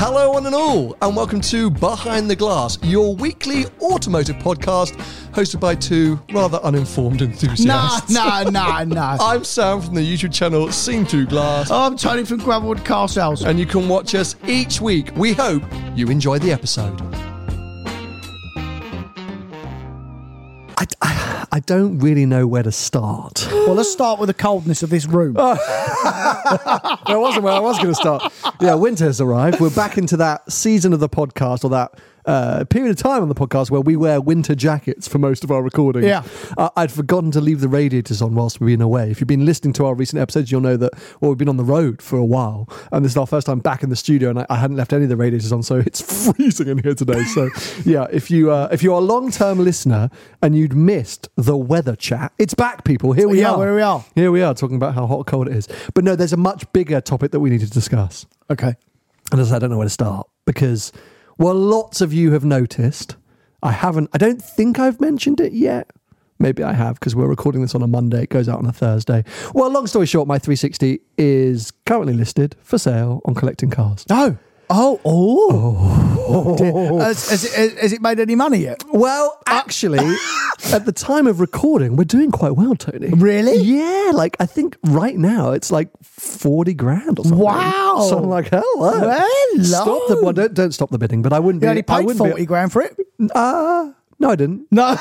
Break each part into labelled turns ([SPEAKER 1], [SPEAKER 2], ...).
[SPEAKER 1] Hello, one and all, and welcome to Behind the Glass, your weekly automotive podcast hosted by two rather uninformed
[SPEAKER 2] Nah,
[SPEAKER 1] enthusiasts.
[SPEAKER 2] nah, nah, nah.
[SPEAKER 1] I'm Sam from the YouTube channel Seen Through Glass,
[SPEAKER 2] I'm Tony from Gravelwood Car Sales.
[SPEAKER 1] and you can watch us each week. We hope you enjoy the episode. I, I, I don't really know where to start.
[SPEAKER 2] Well, let's start with the coldness of this room.
[SPEAKER 1] that wasn't where I was going to start. Yeah, winter's arrived. We're back into that season of the podcast or that uh, period of time on the podcast where we wear winter jackets for most of our recordings.
[SPEAKER 2] Yeah.
[SPEAKER 1] Uh, I'd forgotten to leave the radiators on whilst we've been away. If you've been listening to our recent episodes, you'll know that well, we've been on the road for a while. And this is our first time back in the studio, and I, I hadn't left any of the radiators on, so it's freezing in here today. So, yeah, if, you, uh, if you're a long term listener and you'd missed the weather chat, it's back, people. Here we
[SPEAKER 2] Yeah,
[SPEAKER 1] are.
[SPEAKER 2] where we are.
[SPEAKER 1] Here we are talking about how hot or cold it is. But no, there's a much bigger topic that we need to discuss.
[SPEAKER 2] okay.
[SPEAKER 1] And as I said, I don't know where to start because, well, lots of you have noticed. I haven't, I don't think I've mentioned it yet. Maybe I have because we're recording this on a Monday. It goes out on a Thursday. Well, long story short, my 360 is currently listed for sale on collecting cars.
[SPEAKER 2] No. Oh, oh. Has, has it, has- has it made any money yet?
[SPEAKER 1] Well,
[SPEAKER 2] Uh,
[SPEAKER 1] actually, at the time of recording, we're doing quite well, Tony.
[SPEAKER 2] Really?
[SPEAKER 1] Yeah. Like, I think right now it's like 40 grand or something.
[SPEAKER 2] Wow.
[SPEAKER 1] So I'm like, hello.
[SPEAKER 2] Well,
[SPEAKER 1] stop the, well, don't, don't stop the bidding, but I wouldn't
[SPEAKER 2] You
[SPEAKER 1] be.
[SPEAKER 2] only
[SPEAKER 1] I
[SPEAKER 2] paid
[SPEAKER 1] wouldn't
[SPEAKER 2] 40
[SPEAKER 1] be,
[SPEAKER 2] grand for it?
[SPEAKER 1] uh, no, I didn't.
[SPEAKER 2] No.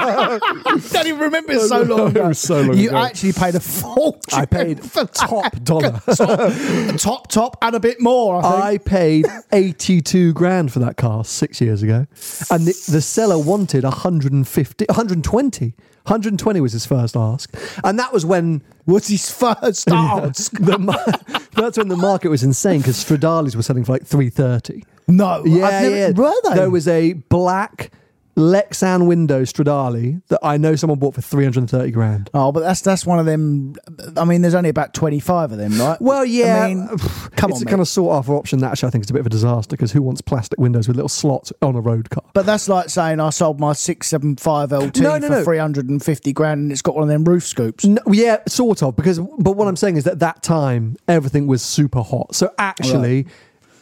[SPEAKER 2] don't even remember it's so long ago.
[SPEAKER 1] It was so long
[SPEAKER 2] you
[SPEAKER 1] ago.
[SPEAKER 2] actually paid a fortune.
[SPEAKER 1] I paid
[SPEAKER 2] for
[SPEAKER 1] top
[SPEAKER 2] that.
[SPEAKER 1] dollar.
[SPEAKER 2] top, top, top, and a bit more, I
[SPEAKER 1] I
[SPEAKER 2] think.
[SPEAKER 1] paid 82 grand for that car six years ago. And the, the seller wanted 150, 120. 120 was his first ask. And that was when
[SPEAKER 2] was his first ask.
[SPEAKER 1] the mar- that's when the market was insane because Stradales were selling for like 330.
[SPEAKER 2] No.
[SPEAKER 1] Yeah,
[SPEAKER 2] I've never,
[SPEAKER 1] yeah.
[SPEAKER 2] Were they?
[SPEAKER 1] There was a black Lexan window Stradale that I know someone bought for 330 grand.
[SPEAKER 2] Oh, but that's that's one of them. I mean, there's only about twenty five of them, right?
[SPEAKER 1] Well, yeah,
[SPEAKER 2] I mean, come
[SPEAKER 1] it's a
[SPEAKER 2] on,
[SPEAKER 1] kind
[SPEAKER 2] mate.
[SPEAKER 1] of sought after option that actually I think is a bit of a disaster because who wants plastic windows with little slots on a road car?
[SPEAKER 2] But that's like saying I sold my six seven five LT
[SPEAKER 1] No, no,
[SPEAKER 2] for
[SPEAKER 1] no.
[SPEAKER 2] three hundred and fifty grand, and it's got one of them roof scoops.
[SPEAKER 1] No, yeah, sort of. Because, but what I'm saying is that that time everything was super hot. So actually,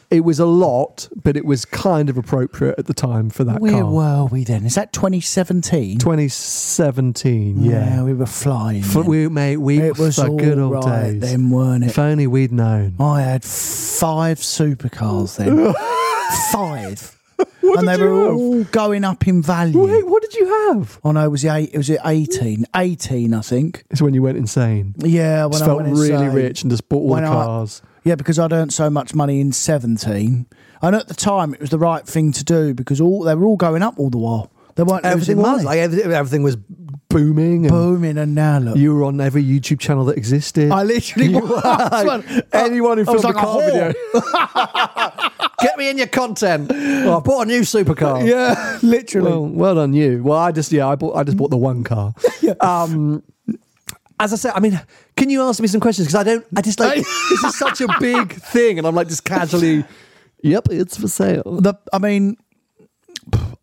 [SPEAKER 1] it was a lot, but it was kind of appropriate at the time for that
[SPEAKER 2] Where
[SPEAKER 1] car.
[SPEAKER 2] were we then? Is that twenty seventeen?
[SPEAKER 1] 2017.
[SPEAKER 2] Yeah,
[SPEAKER 1] Yeah,
[SPEAKER 2] we were flying.
[SPEAKER 1] F-
[SPEAKER 2] then.
[SPEAKER 1] we mate, we
[SPEAKER 2] it was
[SPEAKER 1] the
[SPEAKER 2] all
[SPEAKER 1] good old
[SPEAKER 2] right
[SPEAKER 1] days.
[SPEAKER 2] then, weren't it?
[SPEAKER 1] If only we'd known.
[SPEAKER 2] I had five supercars then, five, and they
[SPEAKER 1] did you
[SPEAKER 2] were
[SPEAKER 1] have?
[SPEAKER 2] all going up in value.
[SPEAKER 1] Oh, Wait, what did you have?
[SPEAKER 2] Oh no, it was the eight. It was the 18, 18, I think.
[SPEAKER 1] It's when you went insane.
[SPEAKER 2] Yeah, when
[SPEAKER 1] Just
[SPEAKER 2] I
[SPEAKER 1] felt
[SPEAKER 2] went
[SPEAKER 1] really
[SPEAKER 2] insane.
[SPEAKER 1] rich and just bought all
[SPEAKER 2] When
[SPEAKER 1] the
[SPEAKER 2] I-
[SPEAKER 1] cars.
[SPEAKER 2] Yeah, because I'd earned so much money in seventeen, and at the time it was the right thing to do because all they were all going up all the while. They weren't
[SPEAKER 1] everything
[SPEAKER 2] losing money.
[SPEAKER 1] was like everything, everything was booming. And
[SPEAKER 2] booming, and now look,
[SPEAKER 1] You were on every YouTube channel that existed.
[SPEAKER 2] I literally
[SPEAKER 1] You
[SPEAKER 2] was.
[SPEAKER 1] were. anyone who
[SPEAKER 2] I was
[SPEAKER 1] filmed a
[SPEAKER 2] like "Oh." a
[SPEAKER 1] car video. Get me in your content. Well, I bought a new supercar.
[SPEAKER 2] yeah, literally.
[SPEAKER 1] Well, well done you. Well, I just yeah, I bought I just bought the one car. Um, as I said, I mean, can you ask me some questions? Because I don't. I just like this is such a big thing, and I'm like just casually. Yep, it's for sale.
[SPEAKER 2] the, I mean,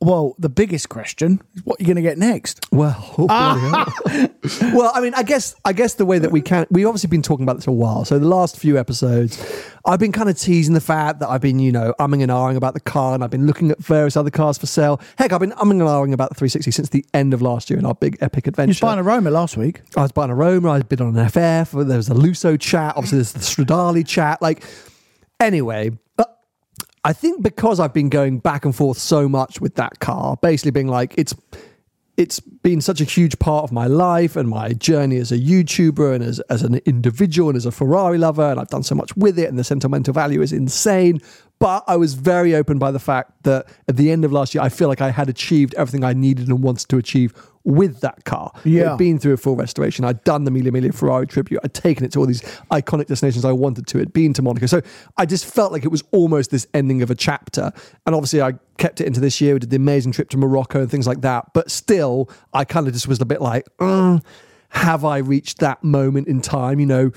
[SPEAKER 2] well, the biggest question is what you're going to get next.
[SPEAKER 1] Well, oh, well, I mean, I guess, I guess the way that we can, we've obviously been talking about this for a while. So the last few episodes, I've been kind of teasing the fact that I've been, you know, umming and ahhing about the car, and I've been looking at various other cars for sale. Heck, I've been umming and ahhing about the 360 since the end of last year in our big epic adventure.
[SPEAKER 2] You're buying a Roma last week.
[SPEAKER 1] I was buying a Roma, I'd been on an FF, there was a Luso chat, obviously there's the Stradale chat. Like, anyway, uh, but I think because I've been going back and forth so much with that car, basically being like, it's it's been such a huge part of my life and my journey as a YouTuber and as, as an individual and as a Ferrari lover. And I've done so much with it, and the sentimental value is insane. But I was very open by the fact that at the end of last year, I feel like I had achieved everything I needed and wanted to achieve with that car.
[SPEAKER 2] Yeah.
[SPEAKER 1] It'd been through a full restoration. I'd done the Mille Miglia Ferrari tribute. I'd taken it to all these iconic destinations I wanted to. It'd been to Monaco. So I just felt like it was almost this ending of a chapter. And obviously, I kept it into this year. We did the amazing trip to Morocco and things like that. But still, I kind of just was a bit like, "Mm, have I reached that moment in time? You know,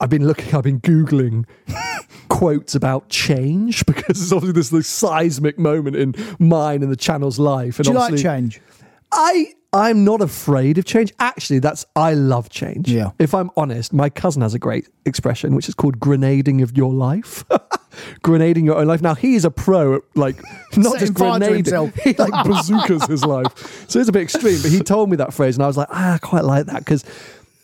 [SPEAKER 1] I've been looking, I've been Googling quotes about change because it's obviously this, this seismic moment in mine and the channel's life. And
[SPEAKER 2] Do you like
[SPEAKER 1] obviously,
[SPEAKER 2] change?
[SPEAKER 1] I I'm not afraid of change. Actually, that's I love change.
[SPEAKER 2] Yeah.
[SPEAKER 1] If I'm honest, my cousin has a great expression which is called grenading of your life. grenading your own life. Now he is a pro at like not
[SPEAKER 2] Setting
[SPEAKER 1] just
[SPEAKER 2] fire to
[SPEAKER 1] grenading.
[SPEAKER 2] himself.
[SPEAKER 1] He like bazookas his life. So it's a bit extreme, but he told me that phrase and I was like, ah, I quite like that because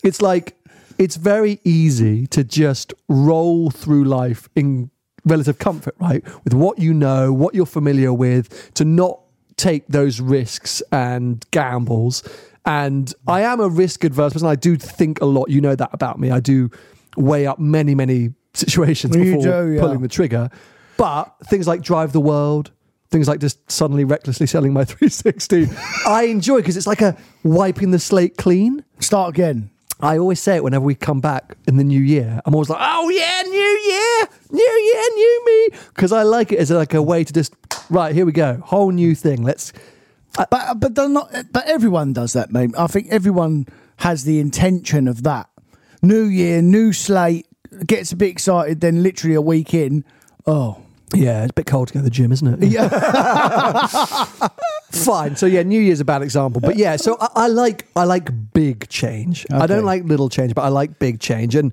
[SPEAKER 1] it's like it's very easy to just roll through life in relative comfort, right? With what you know, what you're familiar with, to not take those risks and gambles. And I am a risk adverse person. I do think a lot. You know that about me. I do weigh up many, many situations
[SPEAKER 2] You
[SPEAKER 1] before
[SPEAKER 2] do, yeah.
[SPEAKER 1] pulling the trigger. But things like Drive the World, things like just suddenly recklessly selling my 360, I enjoy because it's like a wiping the slate clean.
[SPEAKER 2] Start again.
[SPEAKER 1] I always say it whenever we come back in the new year. I'm always like, oh yeah, new year, new year, new me. Because I like it as like a way to just, right, here we go, whole new thing. Let's,
[SPEAKER 2] But uh, but they're not. But everyone does that, mate. I think everyone has the intention of that. New year, new slate. Gets a bit excited, then literally a week in. Oh,
[SPEAKER 1] yeah, it's a bit cold to go to the gym, isn't it? Yeah. Fine. So yeah, New Year's a bad example, but yeah. So I, I like I like big change. I don't
[SPEAKER 2] Okay.
[SPEAKER 1] like little change, but I like big change. And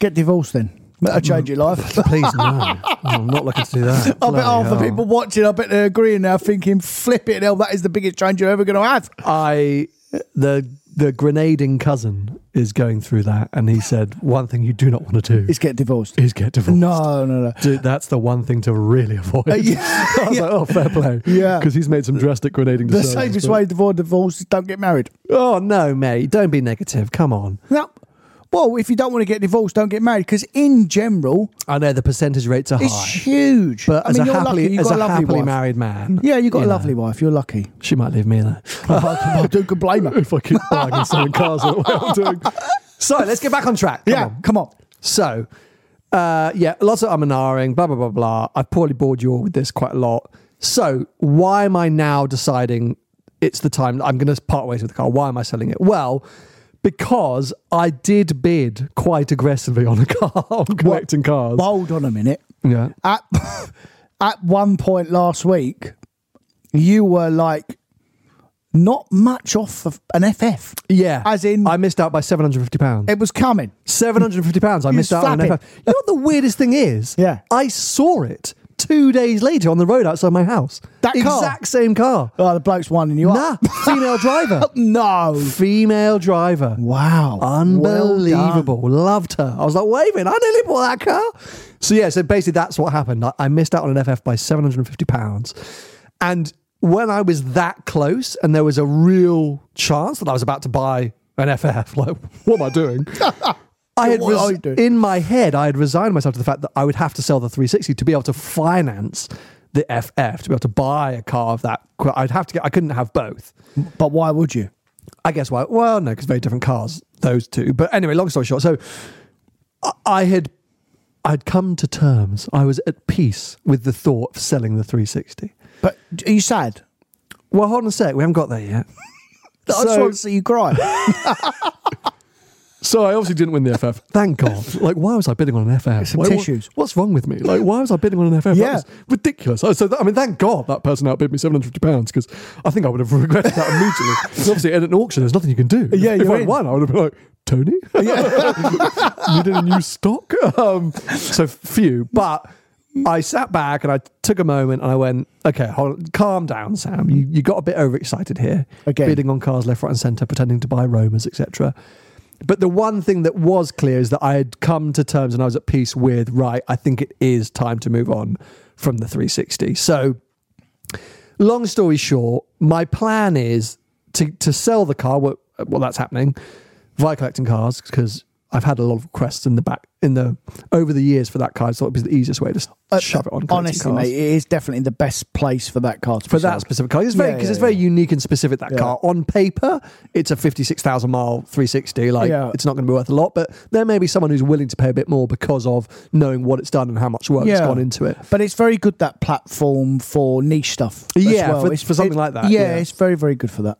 [SPEAKER 2] get divorced then. That'll change your life.
[SPEAKER 1] please no, Oh, I'm not looking to do that.
[SPEAKER 2] I bet half the
[SPEAKER 1] Bloody
[SPEAKER 2] people watching, I bet they're agreeing now, thinking, flip it, hell, that is the biggest change you're ever going to have.
[SPEAKER 1] I the the grenading cousin is going through that, and he said one thing you do not want to do
[SPEAKER 2] Is get divorced.
[SPEAKER 1] is get divorced.
[SPEAKER 2] No, no, no.
[SPEAKER 1] Dude, that's the one thing to really avoid.
[SPEAKER 2] yeah.
[SPEAKER 1] I was like, oh, fair play.
[SPEAKER 2] Yeah.
[SPEAKER 1] Because he's made some drastic grenading
[SPEAKER 2] The
[SPEAKER 1] decisions.
[SPEAKER 2] safest
[SPEAKER 1] but-
[SPEAKER 2] way to avoid divorce is don't get married.
[SPEAKER 1] Oh, no, mate. Don't be negative. Come on.
[SPEAKER 2] No. Well, if you don't want to get divorced, don't get married because, in general,
[SPEAKER 1] I know the percentage rates are
[SPEAKER 2] it's
[SPEAKER 1] high.
[SPEAKER 2] huge.
[SPEAKER 1] But
[SPEAKER 2] I
[SPEAKER 1] as
[SPEAKER 2] mean,
[SPEAKER 1] a
[SPEAKER 2] you're lucky.
[SPEAKER 1] happily,
[SPEAKER 2] You've
[SPEAKER 1] as
[SPEAKER 2] got
[SPEAKER 1] a
[SPEAKER 2] a lovely
[SPEAKER 1] happily
[SPEAKER 2] wife.
[SPEAKER 1] married man.
[SPEAKER 2] Yeah, you've got
[SPEAKER 1] you
[SPEAKER 2] a
[SPEAKER 1] know,
[SPEAKER 2] lovely wife. You're lucky.
[SPEAKER 1] She might leave me though.
[SPEAKER 2] I don't can blame her.
[SPEAKER 1] if I keep buying and selling cars, I don't know what I'm doing. So let's get back on track. Come
[SPEAKER 2] yeah,
[SPEAKER 1] on.
[SPEAKER 2] come on.
[SPEAKER 1] So, uh, yeah, lots of umming, blah, blah, blah, blah. I've probably bored you all with this quite a lot. So, why am I now deciding it's the time I'm going to part ways with the car? Why am I selling it? Well, because I did bid quite aggressively on a car, on collecting cars.
[SPEAKER 2] Well, hold on a minute.
[SPEAKER 1] yeah.
[SPEAKER 2] At, at one point last week, you were like, not much off of an FF.
[SPEAKER 1] Yeah.
[SPEAKER 2] As in,
[SPEAKER 1] I missed out by £750.
[SPEAKER 2] it was coming.
[SPEAKER 1] Seven hundred and fifty pounds. I
[SPEAKER 2] You
[SPEAKER 1] missed out on an
[SPEAKER 2] flapping.
[SPEAKER 1] FF. You know what the weirdest thing is?
[SPEAKER 2] Yeah.
[SPEAKER 1] I saw it two days later on the road outside my house.
[SPEAKER 2] That car?
[SPEAKER 1] exact same car.
[SPEAKER 2] Oh, the bloke's winding you
[SPEAKER 1] Nah,
[SPEAKER 2] up.
[SPEAKER 1] female driver.
[SPEAKER 2] No.
[SPEAKER 1] Female driver.
[SPEAKER 2] Wow.
[SPEAKER 1] Unbelievable. Loved her. I was like, wait a minute, I nearly bought that car. So yeah, so basically that's what happened. I, I missed out on an FF by £750. And when I was that close and there was a real chance that I was about to buy an FF, like, what am I doing? I had
[SPEAKER 2] What
[SPEAKER 1] res-
[SPEAKER 2] are you doing?
[SPEAKER 1] in my head, I had resigned myself to the fact that I would have to sell the 360 to be able to finance the FF, to be able to buy a car of that. qu- I'd have to get, I couldn't have both.
[SPEAKER 2] Well done. But why would you?
[SPEAKER 1] I guess why? Well, no, because very different cars, those two. But anyway, long story short, so I, I had I'd come to terms. I was at peace with the thought of selling the 360.
[SPEAKER 2] But are you sad?
[SPEAKER 1] Well, hold on a sec. We haven't got there yet.
[SPEAKER 2] I just
[SPEAKER 1] So-
[SPEAKER 2] want to see you cry.
[SPEAKER 1] So I obviously didn't win the FF. Thank God. Like, why was I bidding on an FF?
[SPEAKER 2] Some
[SPEAKER 1] Why- what-
[SPEAKER 2] tissues.
[SPEAKER 1] what's wrong with me? Like, why was I bidding on an FF?
[SPEAKER 2] Yeah.
[SPEAKER 1] That was ridiculous. I- So, that, I mean, thank God that person outbid me £750 because I think I would have regretted that immediately. 'Cause obviously, at an auction, there's nothing you can do.
[SPEAKER 2] Yeah,
[SPEAKER 1] If
[SPEAKER 2] you're
[SPEAKER 1] I
[SPEAKER 2] in.
[SPEAKER 1] won, I would have been like, Tony? Needed a new stock? Um, so, few. But I sat back and I took a moment and I went, okay, hold on, calm down, Sam. You, you got a bit overexcited here.
[SPEAKER 2] Again.
[SPEAKER 1] Bidding on cars left, right, and centre, pretending to buy Romas, etc. But the one thing that was clear is that I had come to terms and I was at peace with, right, I think it is time to move on from the 360. So, long story short, my plan is to, to sell the car, well, well, that's happening via collecting cars because I've had a lot of requests in the back in the over the years for that car. So it'd be the easiest way to s- shove it on. collecting
[SPEAKER 2] uh, Honestly,
[SPEAKER 1] cars.
[SPEAKER 2] mate, it is definitely the best place for that car to be
[SPEAKER 1] for that
[SPEAKER 2] sold.
[SPEAKER 1] specific car. It's very
[SPEAKER 2] Yeah,
[SPEAKER 1] because
[SPEAKER 2] yeah,
[SPEAKER 1] it's very
[SPEAKER 2] yeah.
[SPEAKER 1] unique and specific. That
[SPEAKER 2] Yeah.
[SPEAKER 1] car on paper, it's a fifty-six thousand mile three sixty. Like
[SPEAKER 2] Yeah.
[SPEAKER 1] it's not going to be worth a lot, but there may be someone who's willing to pay a bit more because of knowing what it's done and how much work has gone into it.
[SPEAKER 2] But it's very good that platform for niche stuff. as
[SPEAKER 1] Yeah,
[SPEAKER 2] well.
[SPEAKER 1] for-
[SPEAKER 2] it's
[SPEAKER 1] for something
[SPEAKER 2] it-
[SPEAKER 1] like that,
[SPEAKER 2] Yeah,
[SPEAKER 1] yeah.
[SPEAKER 2] it's very very good for that.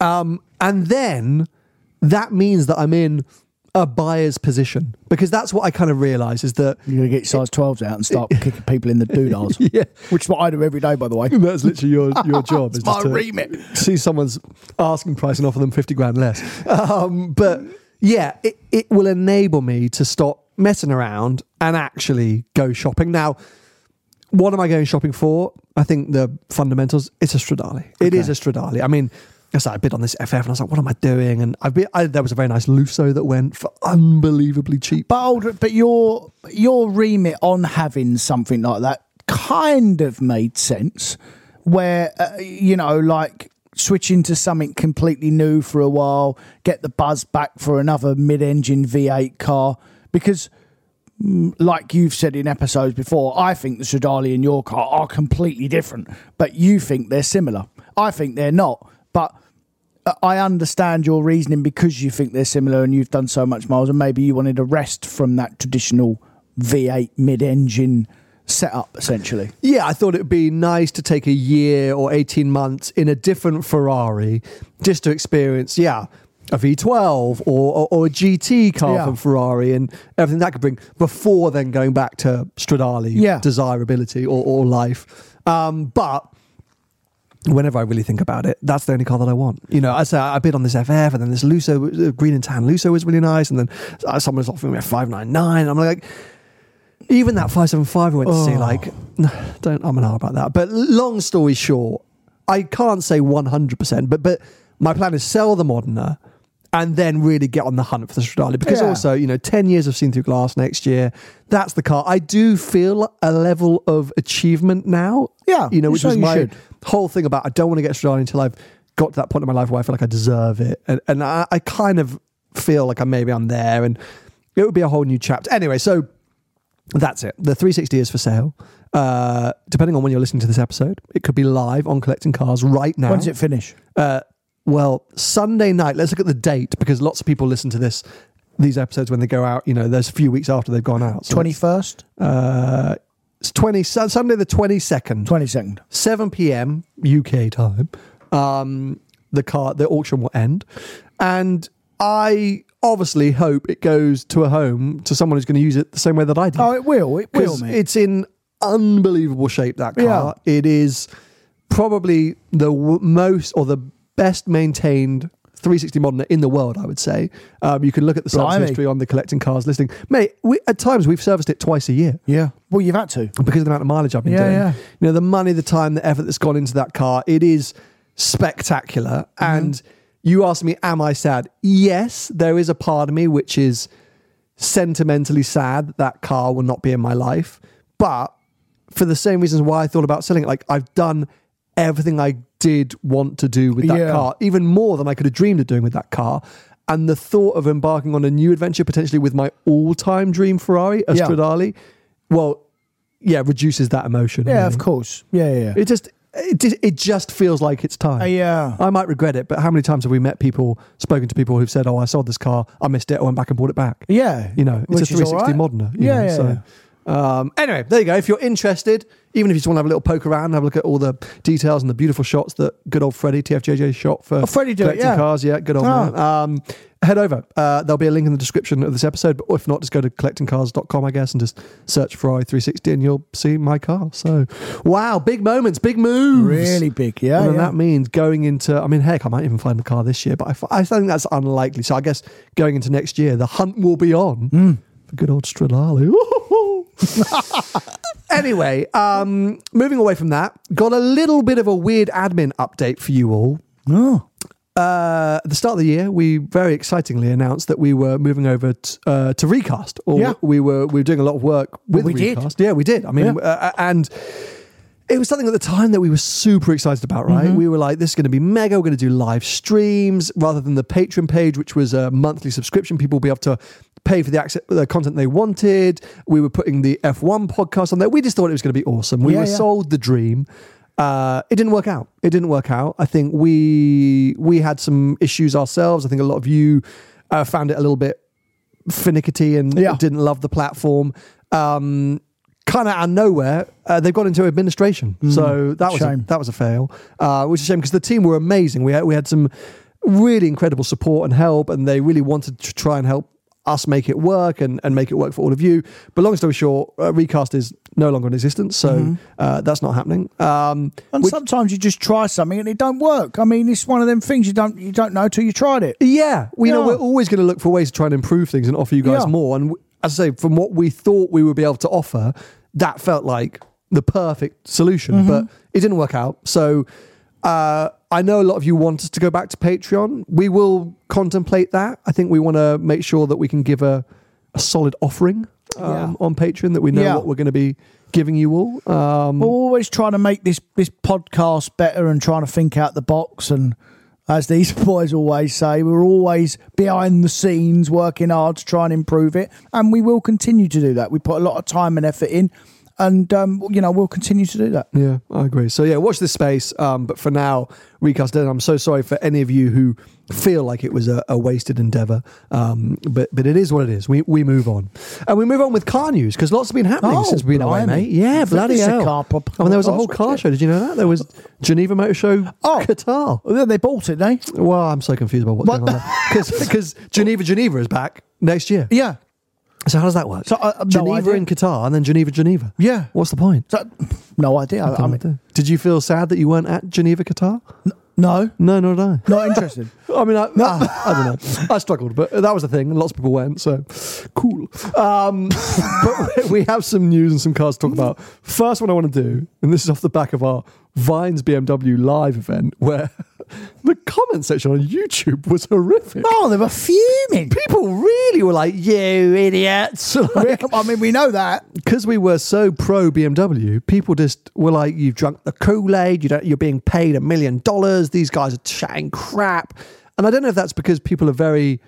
[SPEAKER 1] Um, and then that means that I'm in a buyer's position because that's what I kind of realize is that
[SPEAKER 2] You're gonna get size twelves out and start kicking people in the doodars.
[SPEAKER 1] Yeah.
[SPEAKER 2] which is what I do every day, by the way.
[SPEAKER 1] That's literally your, your job.
[SPEAKER 2] It's
[SPEAKER 1] is just
[SPEAKER 2] my
[SPEAKER 1] to
[SPEAKER 2] remit.
[SPEAKER 1] See someone's asking price and offer them 50 grand less. Um, but yeah, it, it will enable me to stop messing around and actually go shopping. Now, what am I going shopping for? I think the fundamentals, it's a Stradale. It is a Stradale. I mean, I started bid on this FF and I was like, what am I doing? And I've been, I, there was a very nice Luso that went for unbelievably cheap.
[SPEAKER 2] But older, but your your remit on having something like that kind of made sense, where uh, you know, like switching to something completely new for a while, get the buzz back for another mid-engine V8 car because. mm, Like you've said in episodes before, I think the Stradale and your car are completely different, but you think they're similar. I think they're not, but I understand your reasoning because you think they're similar and you've done so much miles, and maybe you wanted a rest from that traditional V8 mid engine setup, essentially.
[SPEAKER 1] Yeah, I thought it'd be nice to take a year or 18 months in a different Ferrari just to experience, yeah, a V12 or, or, or a GT car
[SPEAKER 2] Yeah.
[SPEAKER 1] from Ferrari and everything that could bring before then going back to Stradale
[SPEAKER 2] Yeah.
[SPEAKER 1] desirability or, or life. Um, but whenever I really think about it, that's the only car that I want. You know, I say I bid on this FF and then this Luso, uh, green and tan Luso was really nice. And then uh, someone's offering me a 599. And I'm like, even that 575 I went
[SPEAKER 2] Oh.
[SPEAKER 1] to see, like, no, don't, I'm an hour about that. But long story short, I can't say 100%, but, but my plan is sell the Modena and then really get on the hunt for the Stradale because
[SPEAKER 2] Yeah.
[SPEAKER 1] also, you know, 10 years of Seen Through Glass next year, that's the car. I do feel a level of achievement now.
[SPEAKER 2] Yeah,
[SPEAKER 1] You know,
[SPEAKER 2] you
[SPEAKER 1] which
[SPEAKER 2] say
[SPEAKER 1] was
[SPEAKER 2] you
[SPEAKER 1] my
[SPEAKER 2] should.
[SPEAKER 1] whole thing about I don't want to get Stradale until I've got to that point in my life where I feel like I deserve it. And, and I, I kind of feel like I maybe I'm there and it would be a whole new chapter. Anyway, so that's it. The 360 is for sale. Uh, depending on when you're listening to this episode, it could be live on Collecting Cars right now.
[SPEAKER 2] When does it finish?
[SPEAKER 1] Well, Sunday night. Let's look at the date because lots of people listen to this these episodes when they go out. You know, there's a few weeks after they've gone out. So
[SPEAKER 2] 21st?
[SPEAKER 1] it's 20 Sun- Sunday the 22nd,
[SPEAKER 2] 22nd.
[SPEAKER 1] 7 p.m. UK time. Um, the car, the auction will end, and I obviously hope it goes to a home to someone who's going to use it the same way that I did.
[SPEAKER 2] Oh, it will. It will,
[SPEAKER 1] 'Cause
[SPEAKER 2] mate.
[SPEAKER 1] It's in unbelievable shape. That car. It is probably the w- most or the best maintained 360 Modena in the world. I would say. Um, you can look at the service
[SPEAKER 2] Blimey.
[SPEAKER 1] history on the collecting cars listing, mate. We, at times we've serviced it twice a year
[SPEAKER 2] yeah. Well, you've had to.
[SPEAKER 1] because of the amount of mileage I've been
[SPEAKER 2] Yeah,
[SPEAKER 1] doing.
[SPEAKER 2] yeah.
[SPEAKER 1] You know, the money, the time, the effort that's gone into that car, it is spectacular.
[SPEAKER 2] Mm-hmm.
[SPEAKER 1] And you ask me, am I sad? Yes, there is a part of me which is sentimentally sad that that car will not be in my life. But for the same reasons why I thought about selling it, like I've done everything I did want to do with that
[SPEAKER 2] Yeah.
[SPEAKER 1] car, even more than I could have dreamed of doing with that car. And the thought of embarking on a new adventure, potentially with my all-time dream Ferrari, a
[SPEAKER 2] Yeah.
[SPEAKER 1] Stradale, well, yeah, reduces that emotion.
[SPEAKER 2] Yeah,
[SPEAKER 1] really.
[SPEAKER 2] of course. Yeah, yeah, yeah.
[SPEAKER 1] It just it just, it just feels like it's time.
[SPEAKER 2] Uh, yeah.
[SPEAKER 1] I might regret it, but how many times have we met people, spoken to people who've said, "Oh, I sold this car, I missed it, I went back and bought it back."
[SPEAKER 2] Yeah.
[SPEAKER 1] you know, it's
[SPEAKER 2] which
[SPEAKER 1] a
[SPEAKER 2] is all
[SPEAKER 1] 360
[SPEAKER 2] right.
[SPEAKER 1] Modena. you
[SPEAKER 2] Yeah,
[SPEAKER 1] know,
[SPEAKER 2] yeah,
[SPEAKER 1] so.
[SPEAKER 2] yeah.
[SPEAKER 1] Um, anyway, there you go. If you're interested, even if you just want to have a little poke around, have a look at all the details and the beautiful shots that good old Freddie TFJJ shot for
[SPEAKER 2] Oh, Freddie do it,
[SPEAKER 1] collecting
[SPEAKER 2] yeah.
[SPEAKER 1] cars. Yeah, good old
[SPEAKER 2] Ah.
[SPEAKER 1] man. Um, head over. Uh, there'll be a link in the description of this episode, but if not, just go to collectingcars.com, I guess, and just search for i360 and you'll see my car. So, wow, big moments, big moves.
[SPEAKER 2] Really big. Yeah.
[SPEAKER 1] And then
[SPEAKER 2] yeah.
[SPEAKER 1] that means going into, I mean, heck, I might even find the car this year, but I, f- I think that's unlikely. So I guess going into next year, the hunt will be on
[SPEAKER 2] Hmm.
[SPEAKER 1] for good old Stradale. Woo-hoo-hoo. anyway, um, moving away from that, got a little bit of a weird admin update for you all.
[SPEAKER 2] Oh.
[SPEAKER 1] Uh, at the start of the year, we very excitingly announced that we were moving over t- uh, to Recast, or
[SPEAKER 2] Yeah.
[SPEAKER 1] we were we were doing a lot of work with
[SPEAKER 2] we did.
[SPEAKER 1] Recast. Yeah, we did. I mean,
[SPEAKER 2] Yeah.
[SPEAKER 1] uh, and it was something at the time that we were super excited about, right?
[SPEAKER 2] Mm-hmm.
[SPEAKER 1] We were like, this is going to be mega. We're going to do live streams rather than the Patreon page, which was a monthly subscription. People will be able to pay for the, access, the content they wanted. We were putting the F1 podcast on there. We just thought it was going to be awesome. We
[SPEAKER 2] Yeah,
[SPEAKER 1] were
[SPEAKER 2] yeah.
[SPEAKER 1] sold the dream. Uh, it didn't work out. It didn't work out. I think we we had some issues ourselves. I think a lot of you uh, found it a little bit finicky and
[SPEAKER 2] Yeah.
[SPEAKER 1] didn't love the platform. Um, kind of out of nowhere, uh, they've gone into administration. so that was a,
[SPEAKER 2] Mm. shame.
[SPEAKER 1] that was a fail, uh, which is a shame because the team were amazing. We had, we had some really incredible support and help, and they really wanted to try and help us make it work and, and make it work for all of you. But long story short, uh, Recast is no longer in existence, so
[SPEAKER 2] Mm-hmm.
[SPEAKER 1] uh, that's not happening. Um,
[SPEAKER 2] And sometimes you just try something and it don't work. I mean, it's one of them things you don't you don't know till you tried it.
[SPEAKER 1] Yeah, we know
[SPEAKER 2] Yeah.
[SPEAKER 1] we're always going to look for ways to try and improve things and offer you guys
[SPEAKER 2] Yeah.
[SPEAKER 1] more. And w- as I say, from what we thought we would be able to offer, that felt like the perfect solution,
[SPEAKER 2] Mm-hmm.
[SPEAKER 1] but it didn't work out. So uh, I know a lot of you want us to go back to Patreon. We will contemplate that. I think we want to make sure that we can give a, a solid offering um, on Patreon that we know
[SPEAKER 2] Yeah.
[SPEAKER 1] what we're going to be giving you all. Um,
[SPEAKER 2] We're always trying to make this this podcast better and trying to think out the box. And as these boys always say, we're always behind the scenes working hard to try and improve it, and we will continue to do that. We put a lot of time and effort in, and um, you know we'll continue to do that.
[SPEAKER 1] Yeah, I agree. So yeah, watch this space. Um, but for now, recast it. I'm so sorry for any of you who feel like it was a, a wasted endeavor. Um, but but it is what it is. We we move on, and we move on with car news because lots have been happening
[SPEAKER 2] Oh,
[SPEAKER 1] since we've been away,
[SPEAKER 2] blimey.
[SPEAKER 1] mate. Yeah,
[SPEAKER 2] It's
[SPEAKER 1] bloody
[SPEAKER 2] a
[SPEAKER 1] hell.
[SPEAKER 2] car pop-
[SPEAKER 1] I mean, there was a
[SPEAKER 2] podcast,
[SPEAKER 1] whole car
[SPEAKER 2] wasn't it?
[SPEAKER 1] show. Did you know that there was Geneva Motor Show?
[SPEAKER 2] Oh.
[SPEAKER 1] Qatar.
[SPEAKER 2] Well, yeah, they bought it, eh?
[SPEAKER 1] Well, I'm so confused about what's
[SPEAKER 2] What
[SPEAKER 1] going on there because Geneva Geneva is back next year.
[SPEAKER 2] Yeah.
[SPEAKER 1] So how does that work?
[SPEAKER 2] So, I- I've no
[SPEAKER 1] Geneva
[SPEAKER 2] idea.
[SPEAKER 1] in Qatar and then Geneva Geneva.
[SPEAKER 2] Yeah.
[SPEAKER 1] What's the point?
[SPEAKER 2] So, no idea. I, I mean,
[SPEAKER 1] Did you feel sad that you weren't at Geneva Qatar?
[SPEAKER 2] no,
[SPEAKER 1] No, not I.
[SPEAKER 2] not interested.
[SPEAKER 1] I mean, I, I, I don't know. I struggled, but that was the thing. Lots of people went, so cool. Um, but we have some news and some cars to talk about. First one I want to do, and this is off the back of our Vines BMW live event, where the comment section on YouTube was horrific.
[SPEAKER 2] oh, they were fuming.
[SPEAKER 1] People really were like, "You idiots!"
[SPEAKER 2] I mean, we know that.
[SPEAKER 1] because we were so pro BMW, people just were like, "You've drunk the Kool Aid. You don't, you're being paid a million dollars. These guys are chatting crap." And I don't know if that's because people are very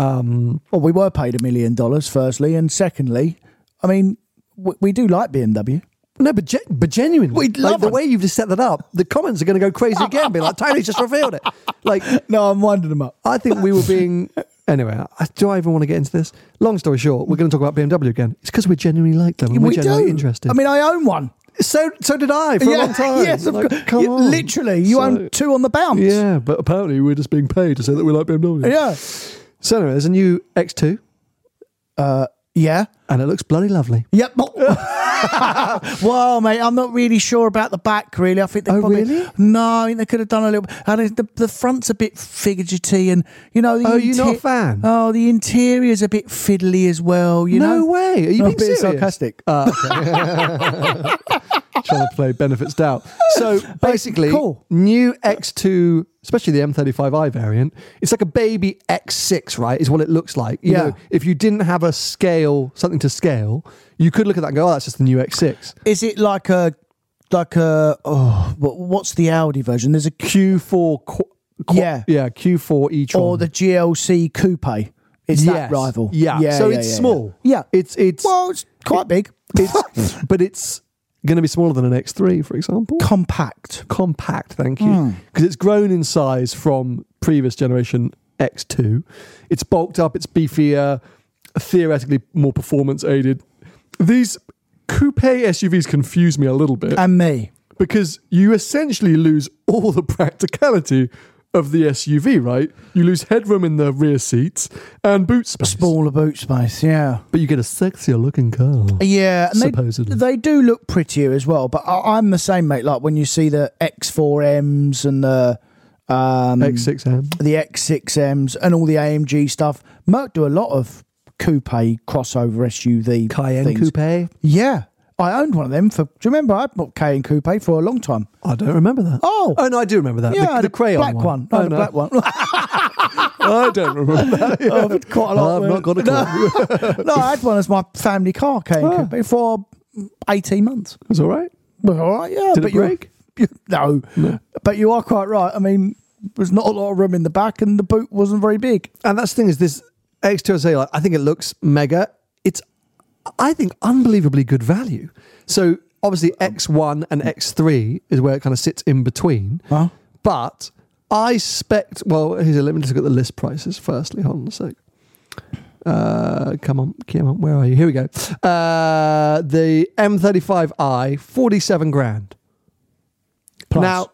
[SPEAKER 2] Well, we were paid a million dollars, firstly, and secondly, I mean, we, we do like BMW.
[SPEAKER 1] no, but gen- but genuinely,
[SPEAKER 2] We'd
[SPEAKER 1] like,
[SPEAKER 2] love
[SPEAKER 1] the
[SPEAKER 2] it.
[SPEAKER 1] way you've just set that up. The comments are going to go crazy again. Be like, "Tony's just revealed it." Like,
[SPEAKER 2] No, I'm winding them up.
[SPEAKER 1] I think we were being. Anyway, I, do I even want to get into this? Long story short, we're going to talk about BMW again. It's because we genuinely like them. And we're
[SPEAKER 2] we
[SPEAKER 1] genuinely
[SPEAKER 2] do.
[SPEAKER 1] interested.
[SPEAKER 2] I mean, I own one.
[SPEAKER 1] so so did I for a long time.
[SPEAKER 2] Yes, of
[SPEAKER 1] Like,
[SPEAKER 2] course.
[SPEAKER 1] come
[SPEAKER 2] You-
[SPEAKER 1] on.
[SPEAKER 2] Literally, you
[SPEAKER 1] So-
[SPEAKER 2] own two on the bounce.
[SPEAKER 1] Yeah, but apparently we're just being paid to say that we like BMW.
[SPEAKER 2] Yeah.
[SPEAKER 1] So anyway, there's a new X2,
[SPEAKER 2] Yeah.
[SPEAKER 1] and it looks bloody lovely.
[SPEAKER 2] Yep. well, mate, I'm not really sure about the back, really. I think they
[SPEAKER 1] Oh,
[SPEAKER 2] probably.
[SPEAKER 1] really?
[SPEAKER 2] No, I think they could have done a little bit. And the, the front's a bit fidgety, and, you know. The
[SPEAKER 1] Oh, you're not a fan?
[SPEAKER 2] Oh, the interior's a bit fiddly as well, you
[SPEAKER 1] no
[SPEAKER 2] know.
[SPEAKER 1] way. Are you
[SPEAKER 2] I'm
[SPEAKER 1] being
[SPEAKER 2] a bit
[SPEAKER 1] serious? Ah,
[SPEAKER 2] sarcastic.
[SPEAKER 1] Trying to play benefits doubt. So basically,
[SPEAKER 2] Cool.
[SPEAKER 1] new X2, especially the M35i variant, it's like a baby X6, right? Is what it looks like. You
[SPEAKER 2] Yeah.
[SPEAKER 1] know, if you didn't have a scale, something to scale, you could look at that and go, "Oh, that's just the new X6."
[SPEAKER 2] Is it like a. Like a. Oh, what- what's the Audi version? There's a.
[SPEAKER 1] Q4, qu- qu-
[SPEAKER 2] Yeah.
[SPEAKER 1] yeah, Q4 e-tron.
[SPEAKER 2] Or the GLC Coupe.
[SPEAKER 1] Yes.
[SPEAKER 2] It's that rival.
[SPEAKER 1] Yeah. so it's
[SPEAKER 2] yeah, yeah.
[SPEAKER 1] small.
[SPEAKER 2] Yeah.
[SPEAKER 1] It's it's
[SPEAKER 2] Well, it's quite big.
[SPEAKER 1] It's, but it's going to be smaller than an X3, for example.
[SPEAKER 2] compact.
[SPEAKER 1] Compact, thank
[SPEAKER 2] Hmm.
[SPEAKER 1] you. Because it's grown in size from previous generation X2. It's bulked up, it's beefier, theoretically more performance aided. These coupe SUVs confuse me a little bit
[SPEAKER 2] And me.
[SPEAKER 1] because you essentially lose all the practicality of the SUV, right? You lose headroom in the rear seats and boot space.
[SPEAKER 2] Smaller boot space, yeah.
[SPEAKER 1] But you get a sexier looking car.
[SPEAKER 2] Yeah, and
[SPEAKER 1] Supposedly.
[SPEAKER 2] They, they do look prettier as well, but I, I'm the same, mate. Like when you see the X4Ms and the um,
[SPEAKER 1] X6M.
[SPEAKER 2] the X6Ms and all the AMG stuff, Merck do a lot of coupe crossover SUV
[SPEAKER 1] Cayenne
[SPEAKER 2] things.
[SPEAKER 1] coupe. I
[SPEAKER 2] Yeah, I owned one of them for. Do you remember I had bought Cayenne coupe for a long time?
[SPEAKER 1] don't remember that.
[SPEAKER 2] Oh.
[SPEAKER 1] oh no, I do remember that.
[SPEAKER 2] Yeah, I
[SPEAKER 1] the,
[SPEAKER 2] had
[SPEAKER 1] the
[SPEAKER 2] a
[SPEAKER 1] crayon
[SPEAKER 2] black one. No,
[SPEAKER 1] Oh,
[SPEAKER 2] the
[SPEAKER 1] no.
[SPEAKER 2] black one.
[SPEAKER 1] I don't remember that.
[SPEAKER 2] I've had quite a lot.
[SPEAKER 1] I've
[SPEAKER 2] with-
[SPEAKER 1] not got a clue.
[SPEAKER 2] Oh. No, I had one as my family car Cayenne coupe for eighteen months.
[SPEAKER 1] It's all right.
[SPEAKER 2] Well, all right, yeah.
[SPEAKER 1] Did it
[SPEAKER 2] you're-
[SPEAKER 1] break?
[SPEAKER 2] you- no, but you are quite right. I mean, there's not a lot of room in the back, and the boot wasn't very big.
[SPEAKER 1] And that's the thing is this X2SA, like, I think it looks mega. It's, I think, unbelievably good value. So obviously X1 and X3 is where it kind of sits in between. But I expect, well, here's a, let me just look at the list prices firstly. Hold on a sec. Uh, come on, come on, where are you? Here we go. Uh, the M35i, 47 grand.
[SPEAKER 2] Plus.
[SPEAKER 1] Now,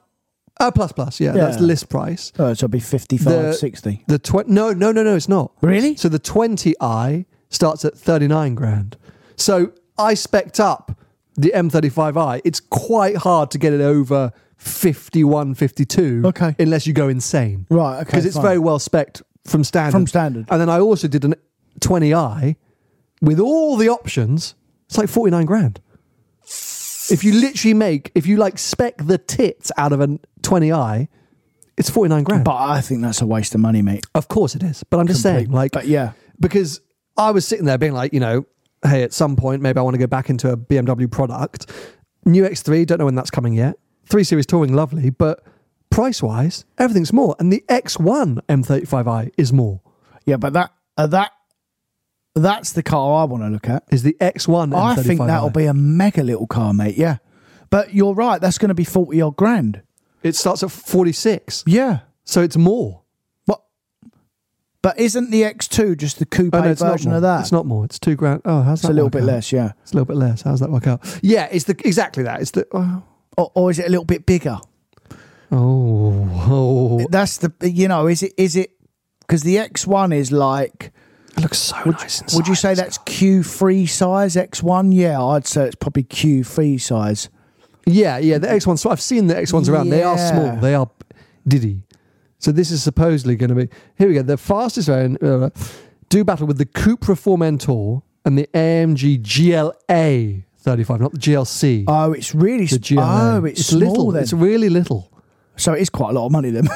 [SPEAKER 1] oh, plus, plus, yeah, that's
[SPEAKER 2] Yeah.
[SPEAKER 1] list price.
[SPEAKER 2] Oh, so it'll be 55,
[SPEAKER 1] The-
[SPEAKER 2] 60.
[SPEAKER 1] The tw- no, no, no, no, it's not.
[SPEAKER 2] Really?
[SPEAKER 1] So the 20i starts at 39 grand. So I spec'd up the M35i. It's quite hard to get it over 51, 52.
[SPEAKER 2] Okay.
[SPEAKER 1] Unless you go insane.
[SPEAKER 2] Right, okay,
[SPEAKER 1] Because it's
[SPEAKER 2] fine.
[SPEAKER 1] very well spec'd from standard.
[SPEAKER 2] From standard.
[SPEAKER 1] And then I also did an 20i with all the options. It's like 49 grand. If you literally make, if you like spec the tits out of a 20i, it's 49 grand.
[SPEAKER 2] But I think that's a waste of money, mate.
[SPEAKER 1] Of course it is, but I'm just saying, like,
[SPEAKER 2] But yeah.
[SPEAKER 1] because I was sitting there being like, you know, hey, at some point maybe I want to go back into a BMW product. New X3, don't know when that's coming yet. Three Series Touring, lovely, but price wise, everything's more, and the X1 M35i is more.
[SPEAKER 2] Yeah, but that uh, that that's the car I want to look at.
[SPEAKER 1] Is the X1?
[SPEAKER 2] I
[SPEAKER 1] M35i.
[SPEAKER 2] think that'll be a mega little car, mate. Yeah, but you're right. That's going to be forty odd grand.
[SPEAKER 1] It starts at 46,
[SPEAKER 2] Yeah,
[SPEAKER 1] so it's more.
[SPEAKER 2] but but isn't the X2 just the coupe
[SPEAKER 1] Oh, no, it's not
[SPEAKER 2] version
[SPEAKER 1] more.
[SPEAKER 2] of that?
[SPEAKER 1] It's not more. It's two grand. Oh, how's
[SPEAKER 2] It's
[SPEAKER 1] that?
[SPEAKER 2] a little
[SPEAKER 1] work
[SPEAKER 2] bit
[SPEAKER 1] out?
[SPEAKER 2] less. Yeah,
[SPEAKER 1] It's a little bit less. How's that work out? Yeah, it's the exactly that. It's the oh,
[SPEAKER 2] or, or is it a little bit bigger?
[SPEAKER 1] oh, it
[SPEAKER 2] That's the you know is it is it because the X1 is like
[SPEAKER 1] looks so nice. Inside.
[SPEAKER 2] would you say that's Q3 size X1? Yeah, I'd say it's probably Q3 size.
[SPEAKER 1] Yeah, yeah. The X ones. I've seen the X ones around. They are
[SPEAKER 2] Yeah.
[SPEAKER 1] small. They are diddy. So this is supposedly going to be. Here we go. The fastest round. Uh, do battle with the Cupra Formentor and the AMG GLA 35, not the GLC.
[SPEAKER 2] Oh, it's really
[SPEAKER 1] the
[SPEAKER 2] s-
[SPEAKER 1] GLA.
[SPEAKER 2] oh it's, small
[SPEAKER 1] little.
[SPEAKER 2] Then.
[SPEAKER 1] It's really little.
[SPEAKER 2] So it is quite a lot of money then.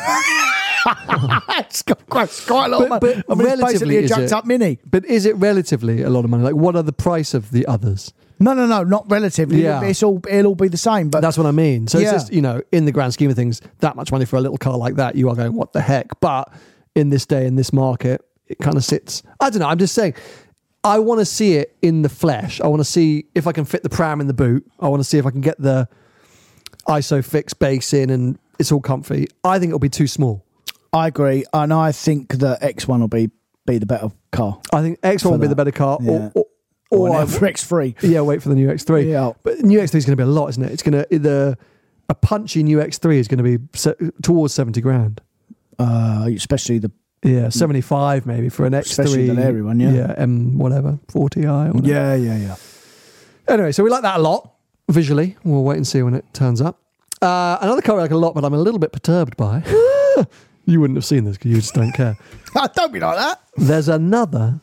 [SPEAKER 2] it's got quite, it's quite a lot
[SPEAKER 1] But-
[SPEAKER 2] of money.
[SPEAKER 1] but
[SPEAKER 2] Oh, I mean, it's basically
[SPEAKER 1] relatively,
[SPEAKER 2] a
[SPEAKER 1] is
[SPEAKER 2] jacked
[SPEAKER 1] it?
[SPEAKER 2] up mini.
[SPEAKER 1] But is it relatively a lot of money? Like, what are the price of the others?
[SPEAKER 2] No, no, no, not relatively.
[SPEAKER 1] Yeah.
[SPEAKER 2] It's all it'll all be the same. But
[SPEAKER 1] That's what I mean. So it's
[SPEAKER 2] Yeah.
[SPEAKER 1] just, you know, in the grand scheme of things, that much money for a little car like that, you are going, what the heck? But in this day, in this market, it kind of sits. I don't know. I'm just saying, I want to see it in the flesh. I want to see if I can fit the pram in the boot. I want to see if I can get the ISO fix base in and it's all comfy. I think it'll be too small.
[SPEAKER 2] I agree, and I think that X1 will be be the better car.
[SPEAKER 1] I think X1 will be the better car.
[SPEAKER 2] Yeah.
[SPEAKER 1] Or,
[SPEAKER 2] Or,
[SPEAKER 1] or, or
[SPEAKER 2] an
[SPEAKER 1] I-
[SPEAKER 2] X3.
[SPEAKER 1] yeah, wait for the new X3.
[SPEAKER 2] Yeah.
[SPEAKER 1] But the new X3 is going to be a lot, isn't it? It's going to, the, a punchy new X3 is going to be se- towards 70 grand.
[SPEAKER 2] Uh, especially the
[SPEAKER 1] Yeah, 75 maybe for an X3.
[SPEAKER 2] Mm. Especially the Larry one, yeah.
[SPEAKER 1] Yeah, M whatever, 40i. Or
[SPEAKER 2] yeah, yeah, yeah.
[SPEAKER 1] Anyway, so we like that a lot visually. We'll wait and see when it turns up. Uh, another car I like a lot, but I'm a little bit perturbed by. you wouldn't have seen this because you just don't care.
[SPEAKER 2] Ah, Don't be like that.
[SPEAKER 1] There's another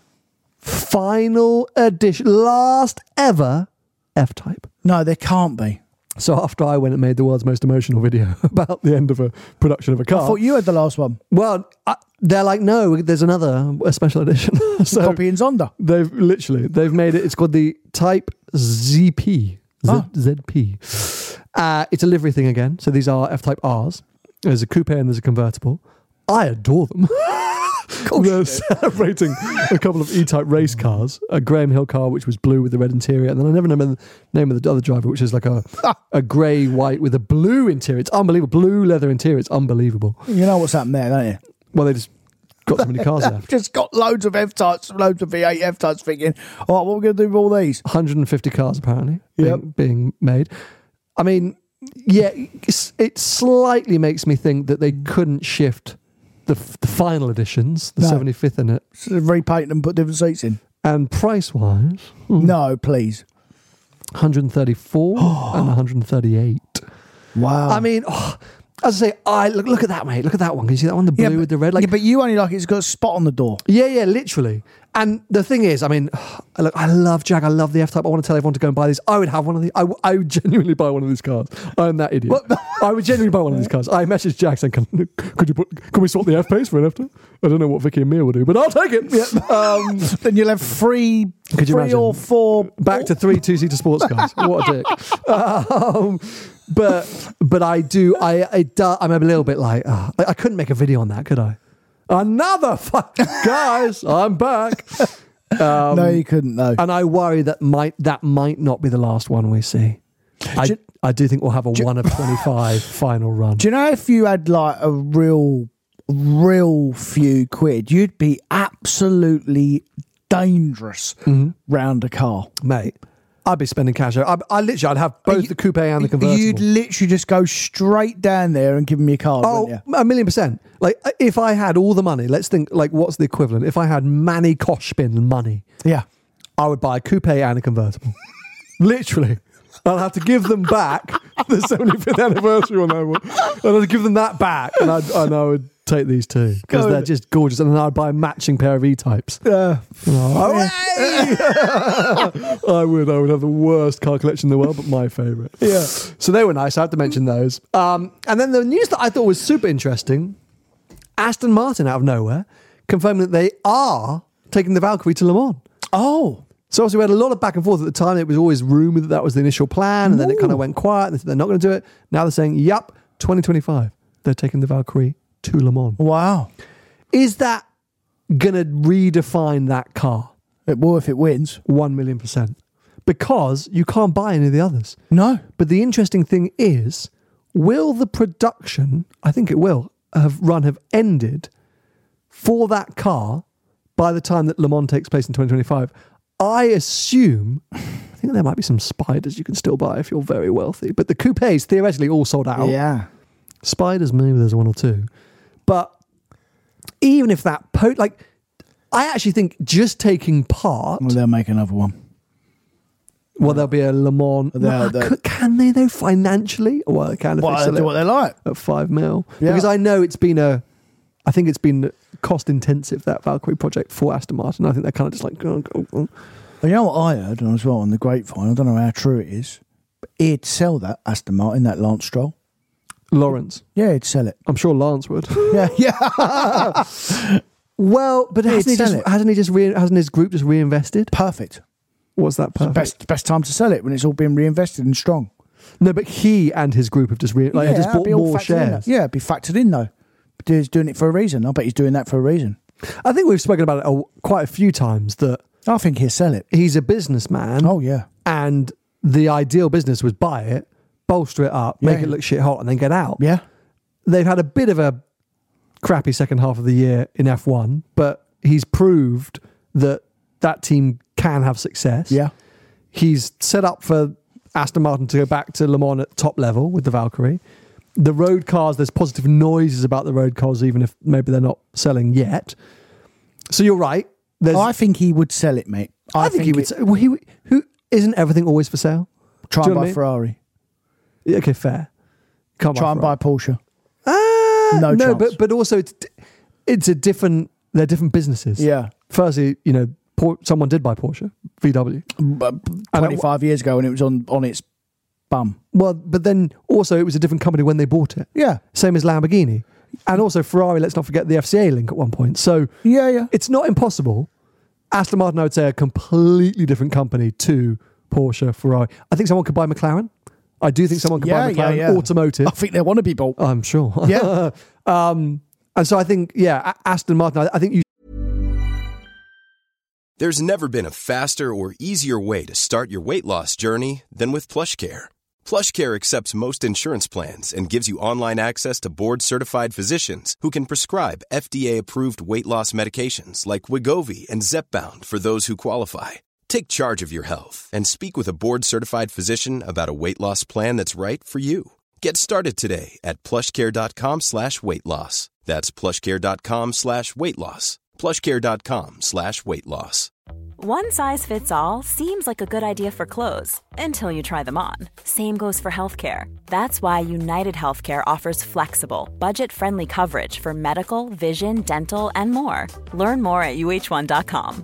[SPEAKER 1] final edition, last ever F Type.
[SPEAKER 2] No, there can't be.
[SPEAKER 1] So after I went and made the world's most emotional video about the end of a production of a car,
[SPEAKER 2] I thought you had the last one.
[SPEAKER 1] well, I, they're like, no, there's another a special edition. so
[SPEAKER 2] Copy and Zonda.
[SPEAKER 1] They've literally they've made it. It's called the Type ZP. Z- ZP. Uh, it's a livery thing again. So these are F Type R's. There's a coupe and there's a convertible. I adore them. They're celebrating a couple of E-Type race cars, a Graham Hill car which was blue with the red interior, and then I never remember the name of the other driver, which is like a a grey white with a blue interior. It's unbelievable, blue leather interior. It's unbelievable.
[SPEAKER 2] You know what's happened there, don't you?
[SPEAKER 1] Well, they just got so many cars left.
[SPEAKER 2] Just got loads of F types, loads of V8 F types. Thinking, all right, what are we going to do with all these?
[SPEAKER 1] 150 cars apparently
[SPEAKER 2] Yep.
[SPEAKER 1] being, being made. I mean, yeah, it's- it slightly makes me think that they couldn't shift the, f- the final editions, the
[SPEAKER 2] No.
[SPEAKER 1] 75th in it,
[SPEAKER 2] Sort of Repaint them, put different seats in.
[SPEAKER 1] and price wise,
[SPEAKER 2] No, please.
[SPEAKER 1] 134 and 138.
[SPEAKER 2] Wow.
[SPEAKER 1] I mean, oh, As I say, I look, look at that, mate. Look at that one. Can you see that one? The blue
[SPEAKER 2] but,
[SPEAKER 1] with the red. Like,
[SPEAKER 2] yeah, but you only like it's got a spot on the door.
[SPEAKER 1] yeah, yeah, literally. And the thing is, I mean, look, I love Jag. I love the F Type. I want to tell everyone to go and buy these. I would have one of these. I, w- I would genuinely buy one of these cars. I'm that idiot. I would genuinely buy one of these cars. I messaged Jag saying, "Can could you put? Can we sort the F pace for an F Type? I don't know what Vicky and Mia will do, but I'll take it." Um,
[SPEAKER 2] Then you'll have three,
[SPEAKER 1] Could you
[SPEAKER 2] three
[SPEAKER 1] imagine?
[SPEAKER 2] or four.
[SPEAKER 1] back to three two seater sports cars. What a dick. Um, but but I do I it do, I'm a little bit like ah, I, I couldn't make a video on that, could I? Another fuck, guys, I'm back,
[SPEAKER 2] Oh, no, you couldn't though.
[SPEAKER 1] and I worry that might that might not be the last one we see. I,
[SPEAKER 2] you-
[SPEAKER 1] I do think we'll have a one of twenty five final run.
[SPEAKER 2] Do you know if you had like a real, real few quid, you'd be absolutely dangerous
[SPEAKER 1] Mm-hmm.
[SPEAKER 2] round a car.
[SPEAKER 1] Mate, I'd be spending cash. I, I literally I'd have both the coupe and the convertible.
[SPEAKER 2] You'd literally just go straight down there and give them your card,
[SPEAKER 1] Oh,
[SPEAKER 2] wouldn't you?
[SPEAKER 1] a million percent. Like, if I had all the money, let's think, like, what's the equivalent? If I had Manny Koshpin money,
[SPEAKER 2] Yeah.
[SPEAKER 1] I would buy a coupe and a convertible. Literally. I'll have to give them back the 75th anniversary one. I would. I'd have to give them that back. And, I'd, and I would take these two because
[SPEAKER 2] Go
[SPEAKER 1] they're
[SPEAKER 2] with it.
[SPEAKER 1] just gorgeous. And then I'd buy a matching pair of E types.
[SPEAKER 2] Yeah.
[SPEAKER 1] I would. I would have the worst car collection in the world, but my favourite.
[SPEAKER 2] Yeah.
[SPEAKER 1] So they were nice. I had to mention those. Um, and then the news that I thought was super interesting Aston Martin out of nowhere confirming that they are taking the Valkyrie to Le Mans.
[SPEAKER 2] Oh.
[SPEAKER 1] So obviously we had a lot of back and forth at the time. It was always rumored that that was the initial plan, and then it kind of went quiet. And they're not going to do it. Now they're saying, "Yep, 2025, they're taking the Valkyrie to Le Mans."
[SPEAKER 2] Wow.
[SPEAKER 1] Is that going to redefine that car?
[SPEAKER 2] It will if it wins.
[SPEAKER 1] One million percent, because you can't buy any of the others.
[SPEAKER 2] No.
[SPEAKER 1] But the interesting thing is, will the production, I think it will, have run have ended for that car by the time that Le Mans takes place in 2025? I assume, I think there might be some spiders you can still buy if you're very wealthy, but the coupes theoretically all sold out.
[SPEAKER 2] Yeah.
[SPEAKER 1] Spiders, maybe there's one or two. But even if that, po- like, I actually think just taking part
[SPEAKER 2] Well, they'll make another one.
[SPEAKER 1] Well, there'll be a Le Mans.
[SPEAKER 2] They'll-
[SPEAKER 1] Well,
[SPEAKER 2] they'll-
[SPEAKER 1] could- can they though financially? Well, they can if they
[SPEAKER 2] Well,
[SPEAKER 1] sell
[SPEAKER 2] do
[SPEAKER 1] it
[SPEAKER 2] what they like.
[SPEAKER 1] at five mil.
[SPEAKER 2] Yeah.
[SPEAKER 1] Because I know it's been a, I think it's been cost intensive that Valkyrie project for Aston Martin. I think they're kind of just like, oh, oh, oh.
[SPEAKER 2] But you know what I heard as well on the grapevine? I don't know how true it is. But he'd sell that Aston Martin, that Lance Stroll.
[SPEAKER 1] Lawrence.
[SPEAKER 2] Yeah, he'd sell it.
[SPEAKER 1] I'm sure Lance would.
[SPEAKER 2] Yeah, yeah.
[SPEAKER 1] well, but hasn't he
[SPEAKER 2] sell
[SPEAKER 1] just
[SPEAKER 2] it.
[SPEAKER 1] hasn't he just re, hasn't his group just reinvested?
[SPEAKER 2] Perfect.
[SPEAKER 1] What's that perfect?
[SPEAKER 2] Best best time to sell it when it's all been reinvested and strong.
[SPEAKER 1] No, but he and his group have just re, like
[SPEAKER 2] yeah,
[SPEAKER 1] just
[SPEAKER 2] that'd
[SPEAKER 1] bought
[SPEAKER 2] be all
[SPEAKER 1] more
[SPEAKER 2] factored in
[SPEAKER 1] shares.
[SPEAKER 2] though. Yeah, it'd be factored in though. But he's doing it for a reason. I bet he's doing that for a reason.
[SPEAKER 1] I think we've spoken about it a, quite a few times that
[SPEAKER 2] I think he'll sell it.
[SPEAKER 1] he's a businessman.
[SPEAKER 2] Oh yeah.
[SPEAKER 1] and the ideal business was buy it, bolster it up, make
[SPEAKER 2] Yeah.
[SPEAKER 1] it look shit hot, and then get out.
[SPEAKER 2] Yeah.
[SPEAKER 1] They've had a bit of a crappy second half of the year in F1, but he's proved that that team can have success.
[SPEAKER 2] Yeah.
[SPEAKER 1] He's set up for Aston Martin to go back to Le Mans at top level with the Valkyrie. The road cars, there's positive noises about the road cars, even if maybe they're not selling yet. So you're right. There's,
[SPEAKER 2] I think he would sell it, mate.
[SPEAKER 1] I think, he would.
[SPEAKER 2] it-
[SPEAKER 1] say, well, he, who isn't everything always for sale?
[SPEAKER 2] try
[SPEAKER 1] Do you
[SPEAKER 2] and
[SPEAKER 1] know what I
[SPEAKER 2] buy
[SPEAKER 1] mean?
[SPEAKER 2] Ferrari.
[SPEAKER 1] Yeah, Okay, fair. Can't
[SPEAKER 2] Try and
[SPEAKER 1] Ferrari.
[SPEAKER 2] buy Porsche.
[SPEAKER 1] Ah,
[SPEAKER 2] No chance.
[SPEAKER 1] but but also it's di- it's a different. They're different businesses.
[SPEAKER 2] Yeah.
[SPEAKER 1] Firstly, you know, Por- someone did buy Porsche VW.
[SPEAKER 2] But
[SPEAKER 1] I-
[SPEAKER 2] Twenty five years ago, and it was on on its bum.
[SPEAKER 1] Well, but then also it was a different company when they bought it.
[SPEAKER 2] Yeah.
[SPEAKER 1] Same as Lamborghini, and also Ferrari. Let's not forget the FCA link at one point. So
[SPEAKER 2] Yeah, yeah.
[SPEAKER 1] it's not impossible. Aston Martin, I would say, a completely different company to Porsche, Ferrari. I think someone could buy McLaren. I do think someone could buy McLaren Automotive.
[SPEAKER 2] I think they want to be bought.
[SPEAKER 1] I'm sure.
[SPEAKER 2] Yeah.
[SPEAKER 1] um, and so I think, yeah, A- Aston Martin, I, I think you
[SPEAKER 3] There's never been a faster or easier way to start your weight loss journey than with PlushCare. PlushCare accepts most insurance plans and gives you online access to board-certified physicians who can prescribe FDA-approved weight loss medications like Wigovi and Zepbound for those who qualify. Take charge of your health and speak with a board-certified physician about a weight loss plan that's right for you. Get started today at plushcare.com slash weight loss. That's plushcare.com slash weight loss. Plushcare.com slash weight loss.
[SPEAKER 4] One size fits all seems like a good idea for clothes until you try them on. Same goes for healthcare. That's why United Healthcare offers flexible, budget friendly coverage for medical, vision, dental, and more. Learn more at uh1.com.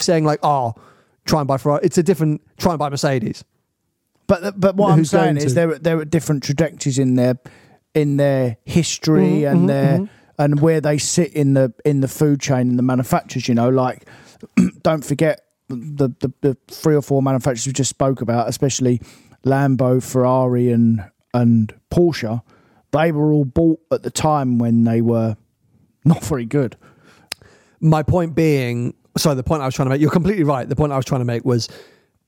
[SPEAKER 1] saying like, "Oh, try and buy Ferrari." It's a different try and buy Mercedes.
[SPEAKER 2] But uh, but what I'm
[SPEAKER 1] Who's going
[SPEAKER 2] saying is
[SPEAKER 1] to?
[SPEAKER 2] there are- there are different trajectories in their in their history
[SPEAKER 1] Mm-hmm,
[SPEAKER 2] and their and where they sit in the in the food chain and the manufacturers. You know, like don't forget the, the the three or four manufacturers we just spoke about, especially Lambo, Ferrari, and and Porsche. They were all bought at the time when they were not very good.
[SPEAKER 1] My point being, sorry, the point I was trying to make. You're completely right. The point I was trying to make was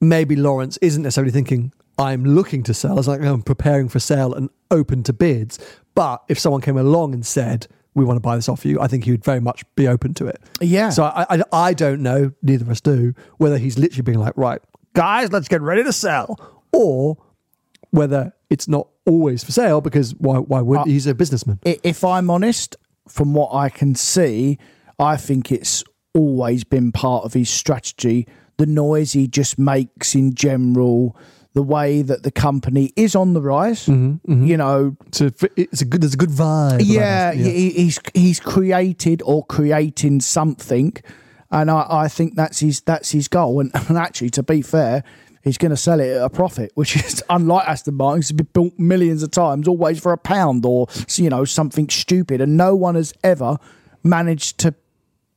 [SPEAKER 1] maybe Lawrence isn't necessarily thinking I'm looking to sell. It's like I'm preparing for sale and open to bids. But if someone came along and said, "We want to buy this off you," I think he would very much be open to it.
[SPEAKER 2] Yeah.
[SPEAKER 1] So I, I, I don't know. Neither of us do whether he's literally being like, "Right, guys, let's get ready to sell," or whether it's not always for sale because why? Why
[SPEAKER 2] Uh,
[SPEAKER 1] would he's a businessman?
[SPEAKER 2] I- if I'm honest, from what I can see, I think it's always been part of his strategy. The noise he just makes in general, the way that the company is on the rise, you know,
[SPEAKER 1] It's a, it's a good. There's a good vibe.
[SPEAKER 2] yeah, He, he's he's created or creating something, and I, I think that's his that's his goal. And, and actually, to be fair, he's going to sell it at a profit, which is unlike Aston Martin, it's been built millions of times, always for a pound or you know something stupid, and no one has ever managed to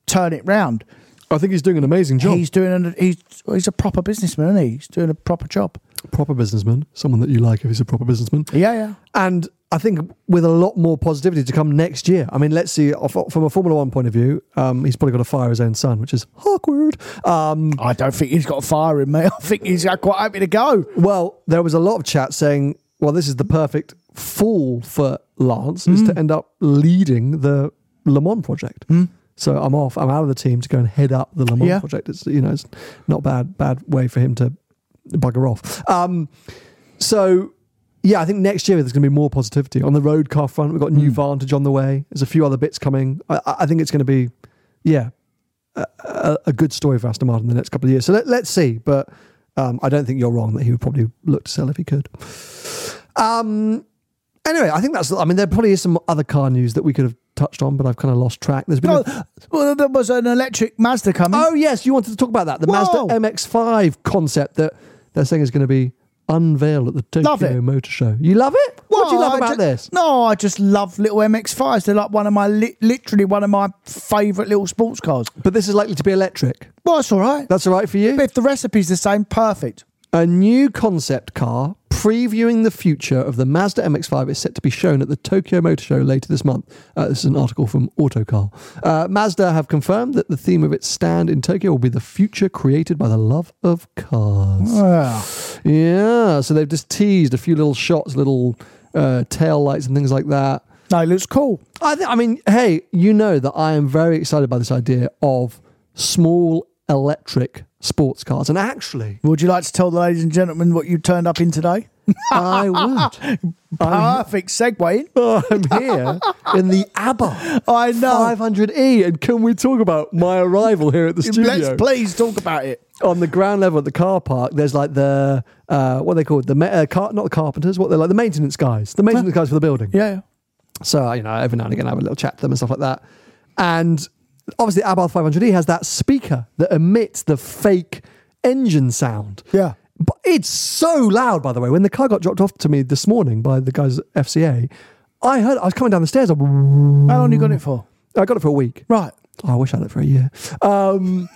[SPEAKER 2] turn it round.
[SPEAKER 1] I think he's doing an amazing job.
[SPEAKER 2] He's doing an, he's he's a proper businessman, isn't he? He's doing a proper job.
[SPEAKER 1] proper businessman, someone that you like if he's a proper businessman.
[SPEAKER 2] Yeah, yeah.
[SPEAKER 1] And I think with a lot more positivity to come next year. I mean, let's see. of- From a Formula One point of view, um, he's probably got to fire his own son, which is awkward. Um,
[SPEAKER 2] I don't think he's got a fire in me. I think he's uh, quite happy to go.
[SPEAKER 1] well, there was a lot of chat saying, "Well, this is the perfect fall for Lance is
[SPEAKER 2] Hmm.
[SPEAKER 1] to end up leading the Le Mans project." So I'm off. I'm out of the team to go and head up the Le Mans
[SPEAKER 2] Yeah.
[SPEAKER 1] project. It's you know, it's not bad bad way for him to bugger off. Um, so yeah, I think next year there's going to be more positivity on the road car front. We've got new Vantage on the way. There's a few other bits coming. I, I I think it's going to be, yeah, a, a, a good story for Aston Martin in the next couple of years. So let, let's see. But um, I don't think you're wrong that he would probably look to sell if he could. Um. Anyway, I think that's. I mean, there probably is some other car news that we could have touched on, but I've kind of lost track. There's been. a-
[SPEAKER 2] Oh, well, there was an electric Mazda coming.
[SPEAKER 1] oh yes, you wanted to talk about that the
[SPEAKER 2] Whoa.
[SPEAKER 1] Mazda MX-5 concept that they're saying is going to be unveiled at the
[SPEAKER 2] Love
[SPEAKER 1] Tokyo
[SPEAKER 2] it.
[SPEAKER 1] Motor Show. You love it? what do you
[SPEAKER 2] Well,
[SPEAKER 1] love
[SPEAKER 2] Oh, I
[SPEAKER 1] about
[SPEAKER 2] ju-
[SPEAKER 1] this?
[SPEAKER 2] No, I just love little MX-5s. They're like one of my, li- literally one of my favourite little sports cars.
[SPEAKER 1] But this is likely to be electric.
[SPEAKER 2] Well, it's all right.
[SPEAKER 1] That's all right for you.
[SPEAKER 2] But if the recipe's the same, perfect.
[SPEAKER 1] A new concept car previewing the future of the Mazda MX-5 is set to be shown at the Tokyo Motor Show later this month. Uh, this is an article from Autocar. Uh, Mazda have confirmed that the theme of its stand in Tokyo will be the future created by the love of cars. Yeah, so they've just teased a few little shots, little uh, tail lights and things like that.
[SPEAKER 2] No, it looks cool.
[SPEAKER 1] I, th- I mean, hey, you know that I am very excited by this idea of small electric sports cars. And actually,
[SPEAKER 2] Would you like to tell the ladies and gentlemen what you turned up in today?
[SPEAKER 1] I would. I'm,
[SPEAKER 2] Perfect segue.
[SPEAKER 1] I'm here in the ABBA
[SPEAKER 2] I know.
[SPEAKER 1] 500E. And can we talk about my arrival here at the studio?
[SPEAKER 2] Let's please talk about it.
[SPEAKER 1] On the ground level at the car park, there's like the, uh, what are they called? The, ma- uh, car- not the carpenters, what they're like, the maintenance guys. The maintenance guys for the building.
[SPEAKER 2] Yeah.
[SPEAKER 1] So, you know, every now and again I have a little chat to them and stuff like that. And obviously, the Abarth 500E E has that speaker that emits the fake engine sound.
[SPEAKER 2] Yeah.
[SPEAKER 1] But it's so loud, by the way. When the car got dropped off to me this morning by the guys at FCA, I heard, I was coming down the stairs. I
[SPEAKER 2] How long you got it for?
[SPEAKER 1] I got it for a week.
[SPEAKER 2] Right.
[SPEAKER 1] Oh, I wish I had it for a year. Um,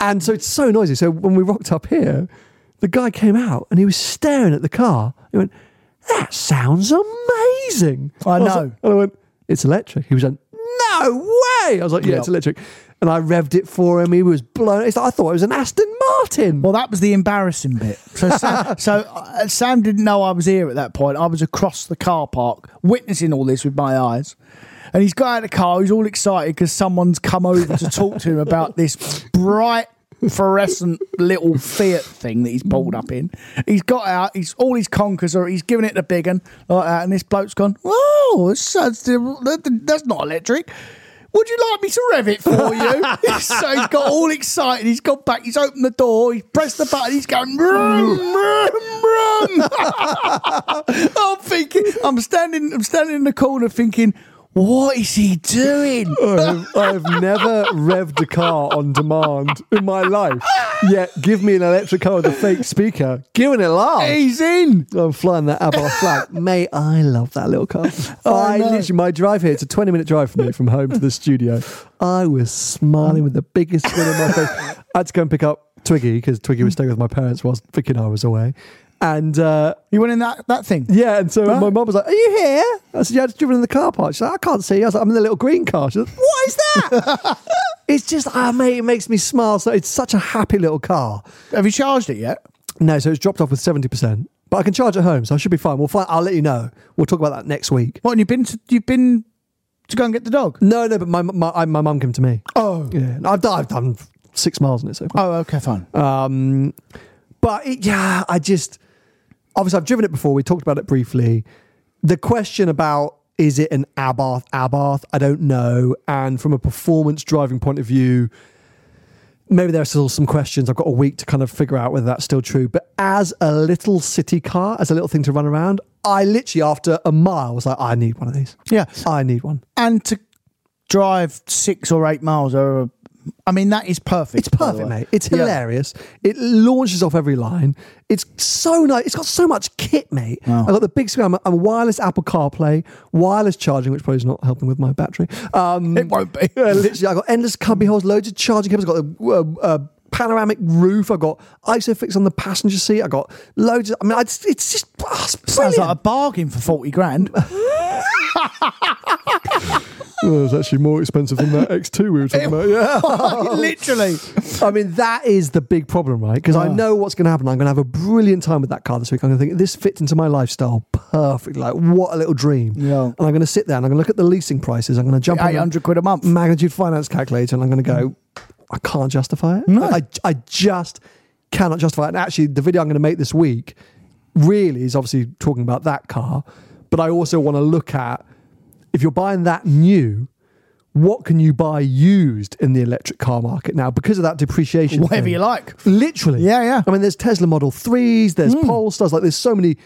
[SPEAKER 1] and so it's so noisy. So when we rocked up here, the guy came out and he was staring at the car. He went, "That sounds amazing."
[SPEAKER 2] I
[SPEAKER 1] was
[SPEAKER 2] know.
[SPEAKER 1] like- and I went, "It's electric." He was like, "No way!" I was like, "Yeah,
[SPEAKER 2] Yep.
[SPEAKER 1] it's electric." and I revved it for him. He was blown. It's like, I thought it was an Aston Martin.
[SPEAKER 2] Well, that was the embarrassing bit. So, Sam, so uh, Sam didn't know I was here at that point. I was across the car park witnessing all this with my eyes. And he's got out of the car. He's all excited because someone's come over to talk to him about this bright, fluorescent little Fiat thing that he's pulled up in. He's got out. He's all his conkers are. He's giving it the big un like that, and this bloke's gone. Oh, that's, that's that's not electric. Would you like me to rev it for you? so he's got all excited. He's gone back. He's opened the door. He's pressed the button. He's going vroom, vroom, vroom. I'm thinking. I'm standing. I'm standing in the corner thinking, what is he doing?
[SPEAKER 1] I've, I've never revved a car on demand in my life. Yet, give me an electric car with a fake speaker. Give it a laugh.
[SPEAKER 2] He's in.
[SPEAKER 1] I'm flying that Abarth flag. Mate, I love that little car. I
[SPEAKER 2] no.
[SPEAKER 1] literally, my drive here, it's a 20 minute drive from me from home to the studio. I was smiling with the biggest grin on my face. I had to go and pick up Twiggy because Twiggy was staying with my parents whilst Vicky and I was away. And uh,
[SPEAKER 2] You went in that that thing.
[SPEAKER 1] yeah, and so my mum was like, Are you here? I said, Yeah, I just driven in the car park. She's like, I can't see you. I was like, I'm in the little green car. She's like, What is that? it's just, ah, mate, it makes me smile. So it's such a happy little car.
[SPEAKER 2] Have you charged it yet?
[SPEAKER 1] No, so it's dropped off with 70%. But I can charge at home, so I should be fine. We'll find, I'll let you know. We'll talk about that next week.
[SPEAKER 2] What? And you've been to, you've been to go and get the dog.
[SPEAKER 1] No, no, but my my I- my mum came to me. Oh, yeah. And I've done, I've done six miles in it so far.
[SPEAKER 2] Oh, okay, fine.
[SPEAKER 1] Um, but it, yeah, I just obviously I've driven it before. We talked about it briefly. The question about is it an Abarth? Abarth? I don't know. And from a performance driving point of view, maybe there are still some questions. I've got a week to kind of figure out whether that's still true. But as a little city car, as a little thing to run around, I literally after a mile was like, I need one of these.
[SPEAKER 2] yeah,
[SPEAKER 1] I need one.
[SPEAKER 2] and to drive six or eight miles over. I mean, that is
[SPEAKER 1] It's
[SPEAKER 2] perfect. by the
[SPEAKER 1] perfect,
[SPEAKER 2] way.
[SPEAKER 1] mate. It's
[SPEAKER 2] Yeah.
[SPEAKER 1] hilarious. It launches off every line. It's so nice. It's got so much kit, mate. I've got the big screen. I'm a, I'm a wireless Apple CarPlay, wireless charging, which probably is not helping with my battery. Um,
[SPEAKER 2] It won't be.
[SPEAKER 1] yeah, literally, I've got endless cubby holes, loads of charging cables. I've got a, a, a panoramic roof. I've got ISOFIX on the passenger seat. I've got loads of. I mean, I just- it's just. oh, it's
[SPEAKER 2] Sounds
[SPEAKER 1] brilliant.
[SPEAKER 2] like a bargain for forty grand.
[SPEAKER 1] Oh, it's actually more expensive than that X2 we were talking about. Yeah.
[SPEAKER 2] Literally.
[SPEAKER 1] I mean, that is the big problem, right? Because I know what's going to happen. I'm going to have a brilliant time with that car this week. I'm going to think this fits into my lifestyle perfectly. Like, what a little dream.
[SPEAKER 2] Yeah.
[SPEAKER 1] And I'm going to sit there and I'm going to look at the leasing prices. I'm going to jump on the
[SPEAKER 2] 800 quid a month. Mm.
[SPEAKER 1] magnitude finance calculator and I'm going to go, I can't justify it. No. I, I just cannot justify it. And actually, the video I'm going to make this week really is obviously talking about that car. But I also want to look at if you're buying that new, what can you buy used in the electric car market now because of that depreciation?
[SPEAKER 2] Whatever
[SPEAKER 1] thing.
[SPEAKER 2] you like.
[SPEAKER 1] Literally.
[SPEAKER 2] Yeah, yeah. Hmm.
[SPEAKER 1] I mean, there's Tesla Model 3s, there's Polestars, like there's so many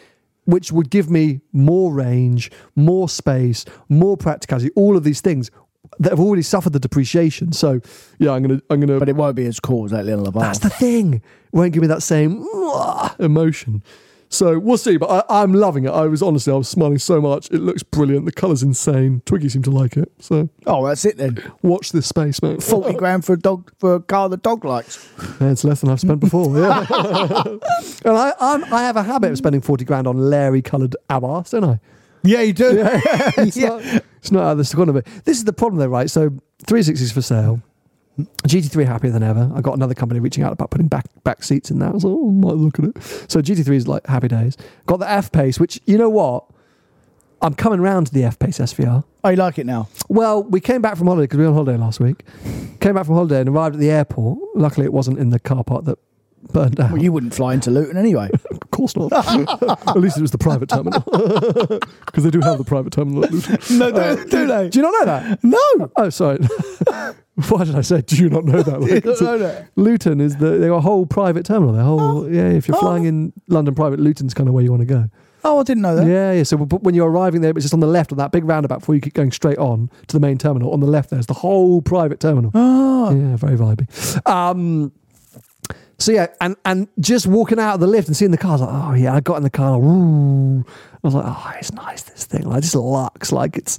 [SPEAKER 1] which would give me more range, more space, more practicality, all of these things that have already suffered the depreciation. So, yeah, I'm going to I'm going
[SPEAKER 2] But
[SPEAKER 1] to
[SPEAKER 2] it won't be as cool as that little bar.
[SPEAKER 1] That's the thing. Won't give me that same "Mwah" emotion. So, we'll see, but I, I'm loving it. I was honestly, I was smiling so much. It looks brilliant. The color's insane. Twiggy seemed to like it. So,
[SPEAKER 2] oh, that's it then.
[SPEAKER 1] watch this space, mate.
[SPEAKER 2] Forty grand for a dog for a car the dog likes.
[SPEAKER 1] Yeah, it's less than I've spent before. Yeah. and I, I'm, I have a habit of spending 40 grand on Larry coloured abars, don't I?
[SPEAKER 2] Yeah, you do.
[SPEAKER 1] It's, not, it's not out of this corner of it. This is the problem, though, right? So 360s for sale. GT3 happier than ever. I got another company reaching out about putting back back seats in that. I was like, oh, I might look at it. So GT3 is like happy days. Got the F Pace, which, you know what? I'm coming round to the F Pace SVR.
[SPEAKER 2] Oh, you like it now?
[SPEAKER 1] Well, we came back from holiday because we were on holiday last week. Came back from holiday and arrived at the airport. Luckily, it wasn't in the car park that burned down.
[SPEAKER 2] Well, you wouldn't fly into Luton anyway.
[SPEAKER 1] Of course not. At least it was the private terminal. Because they do have the private terminal at Luton.
[SPEAKER 2] no, do, do they?
[SPEAKER 1] Do you not know that? No. Oh, sorry. Why did I say, do you not know that? Like,
[SPEAKER 2] not
[SPEAKER 1] it's a-
[SPEAKER 2] know that?
[SPEAKER 1] Luton is the they got a whole private terminal. Their whole, yeah, if you're flying in London private, Luton's kind of where you want to go.
[SPEAKER 2] Oh, I didn't know that.
[SPEAKER 1] Yeah, yeah. So but when you're arriving there, it's just on the left on that big roundabout before you keep going straight on to the main terminal. On the left, there's the whole private terminal.
[SPEAKER 2] Ah.
[SPEAKER 1] Oh. Yeah, very vibey. Um, so yeah, and and just walking out of the lift and seeing the cars, like, oh yeah, I got in the car. Ooh. I was like, oh, it's nice this thing. Like, just lux. Like it's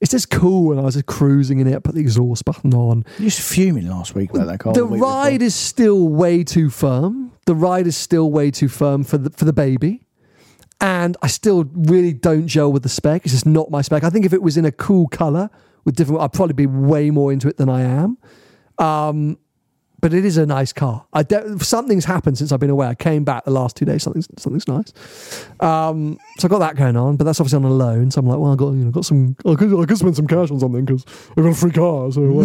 [SPEAKER 1] it's just cool. And I was just cruising in it. Put the exhaust button on.
[SPEAKER 2] You was fuming last week about that car.
[SPEAKER 1] The
[SPEAKER 2] week
[SPEAKER 1] ride is still way too firm. The ride is still way too firm for the for the baby. And I still really don't gel with the spec. It's just not my spec. I think if it was in a cool color with different, I'd probably be way more into it than I am. but it is a nice car. I de- something's happened since I've been away. I came back the last two days. Something's something's nice. Um, so I got that going on, but that's obviously on a loan. So I'm like, well, I got you know got some. I could, I could spend some cash on something because I got a free car. So why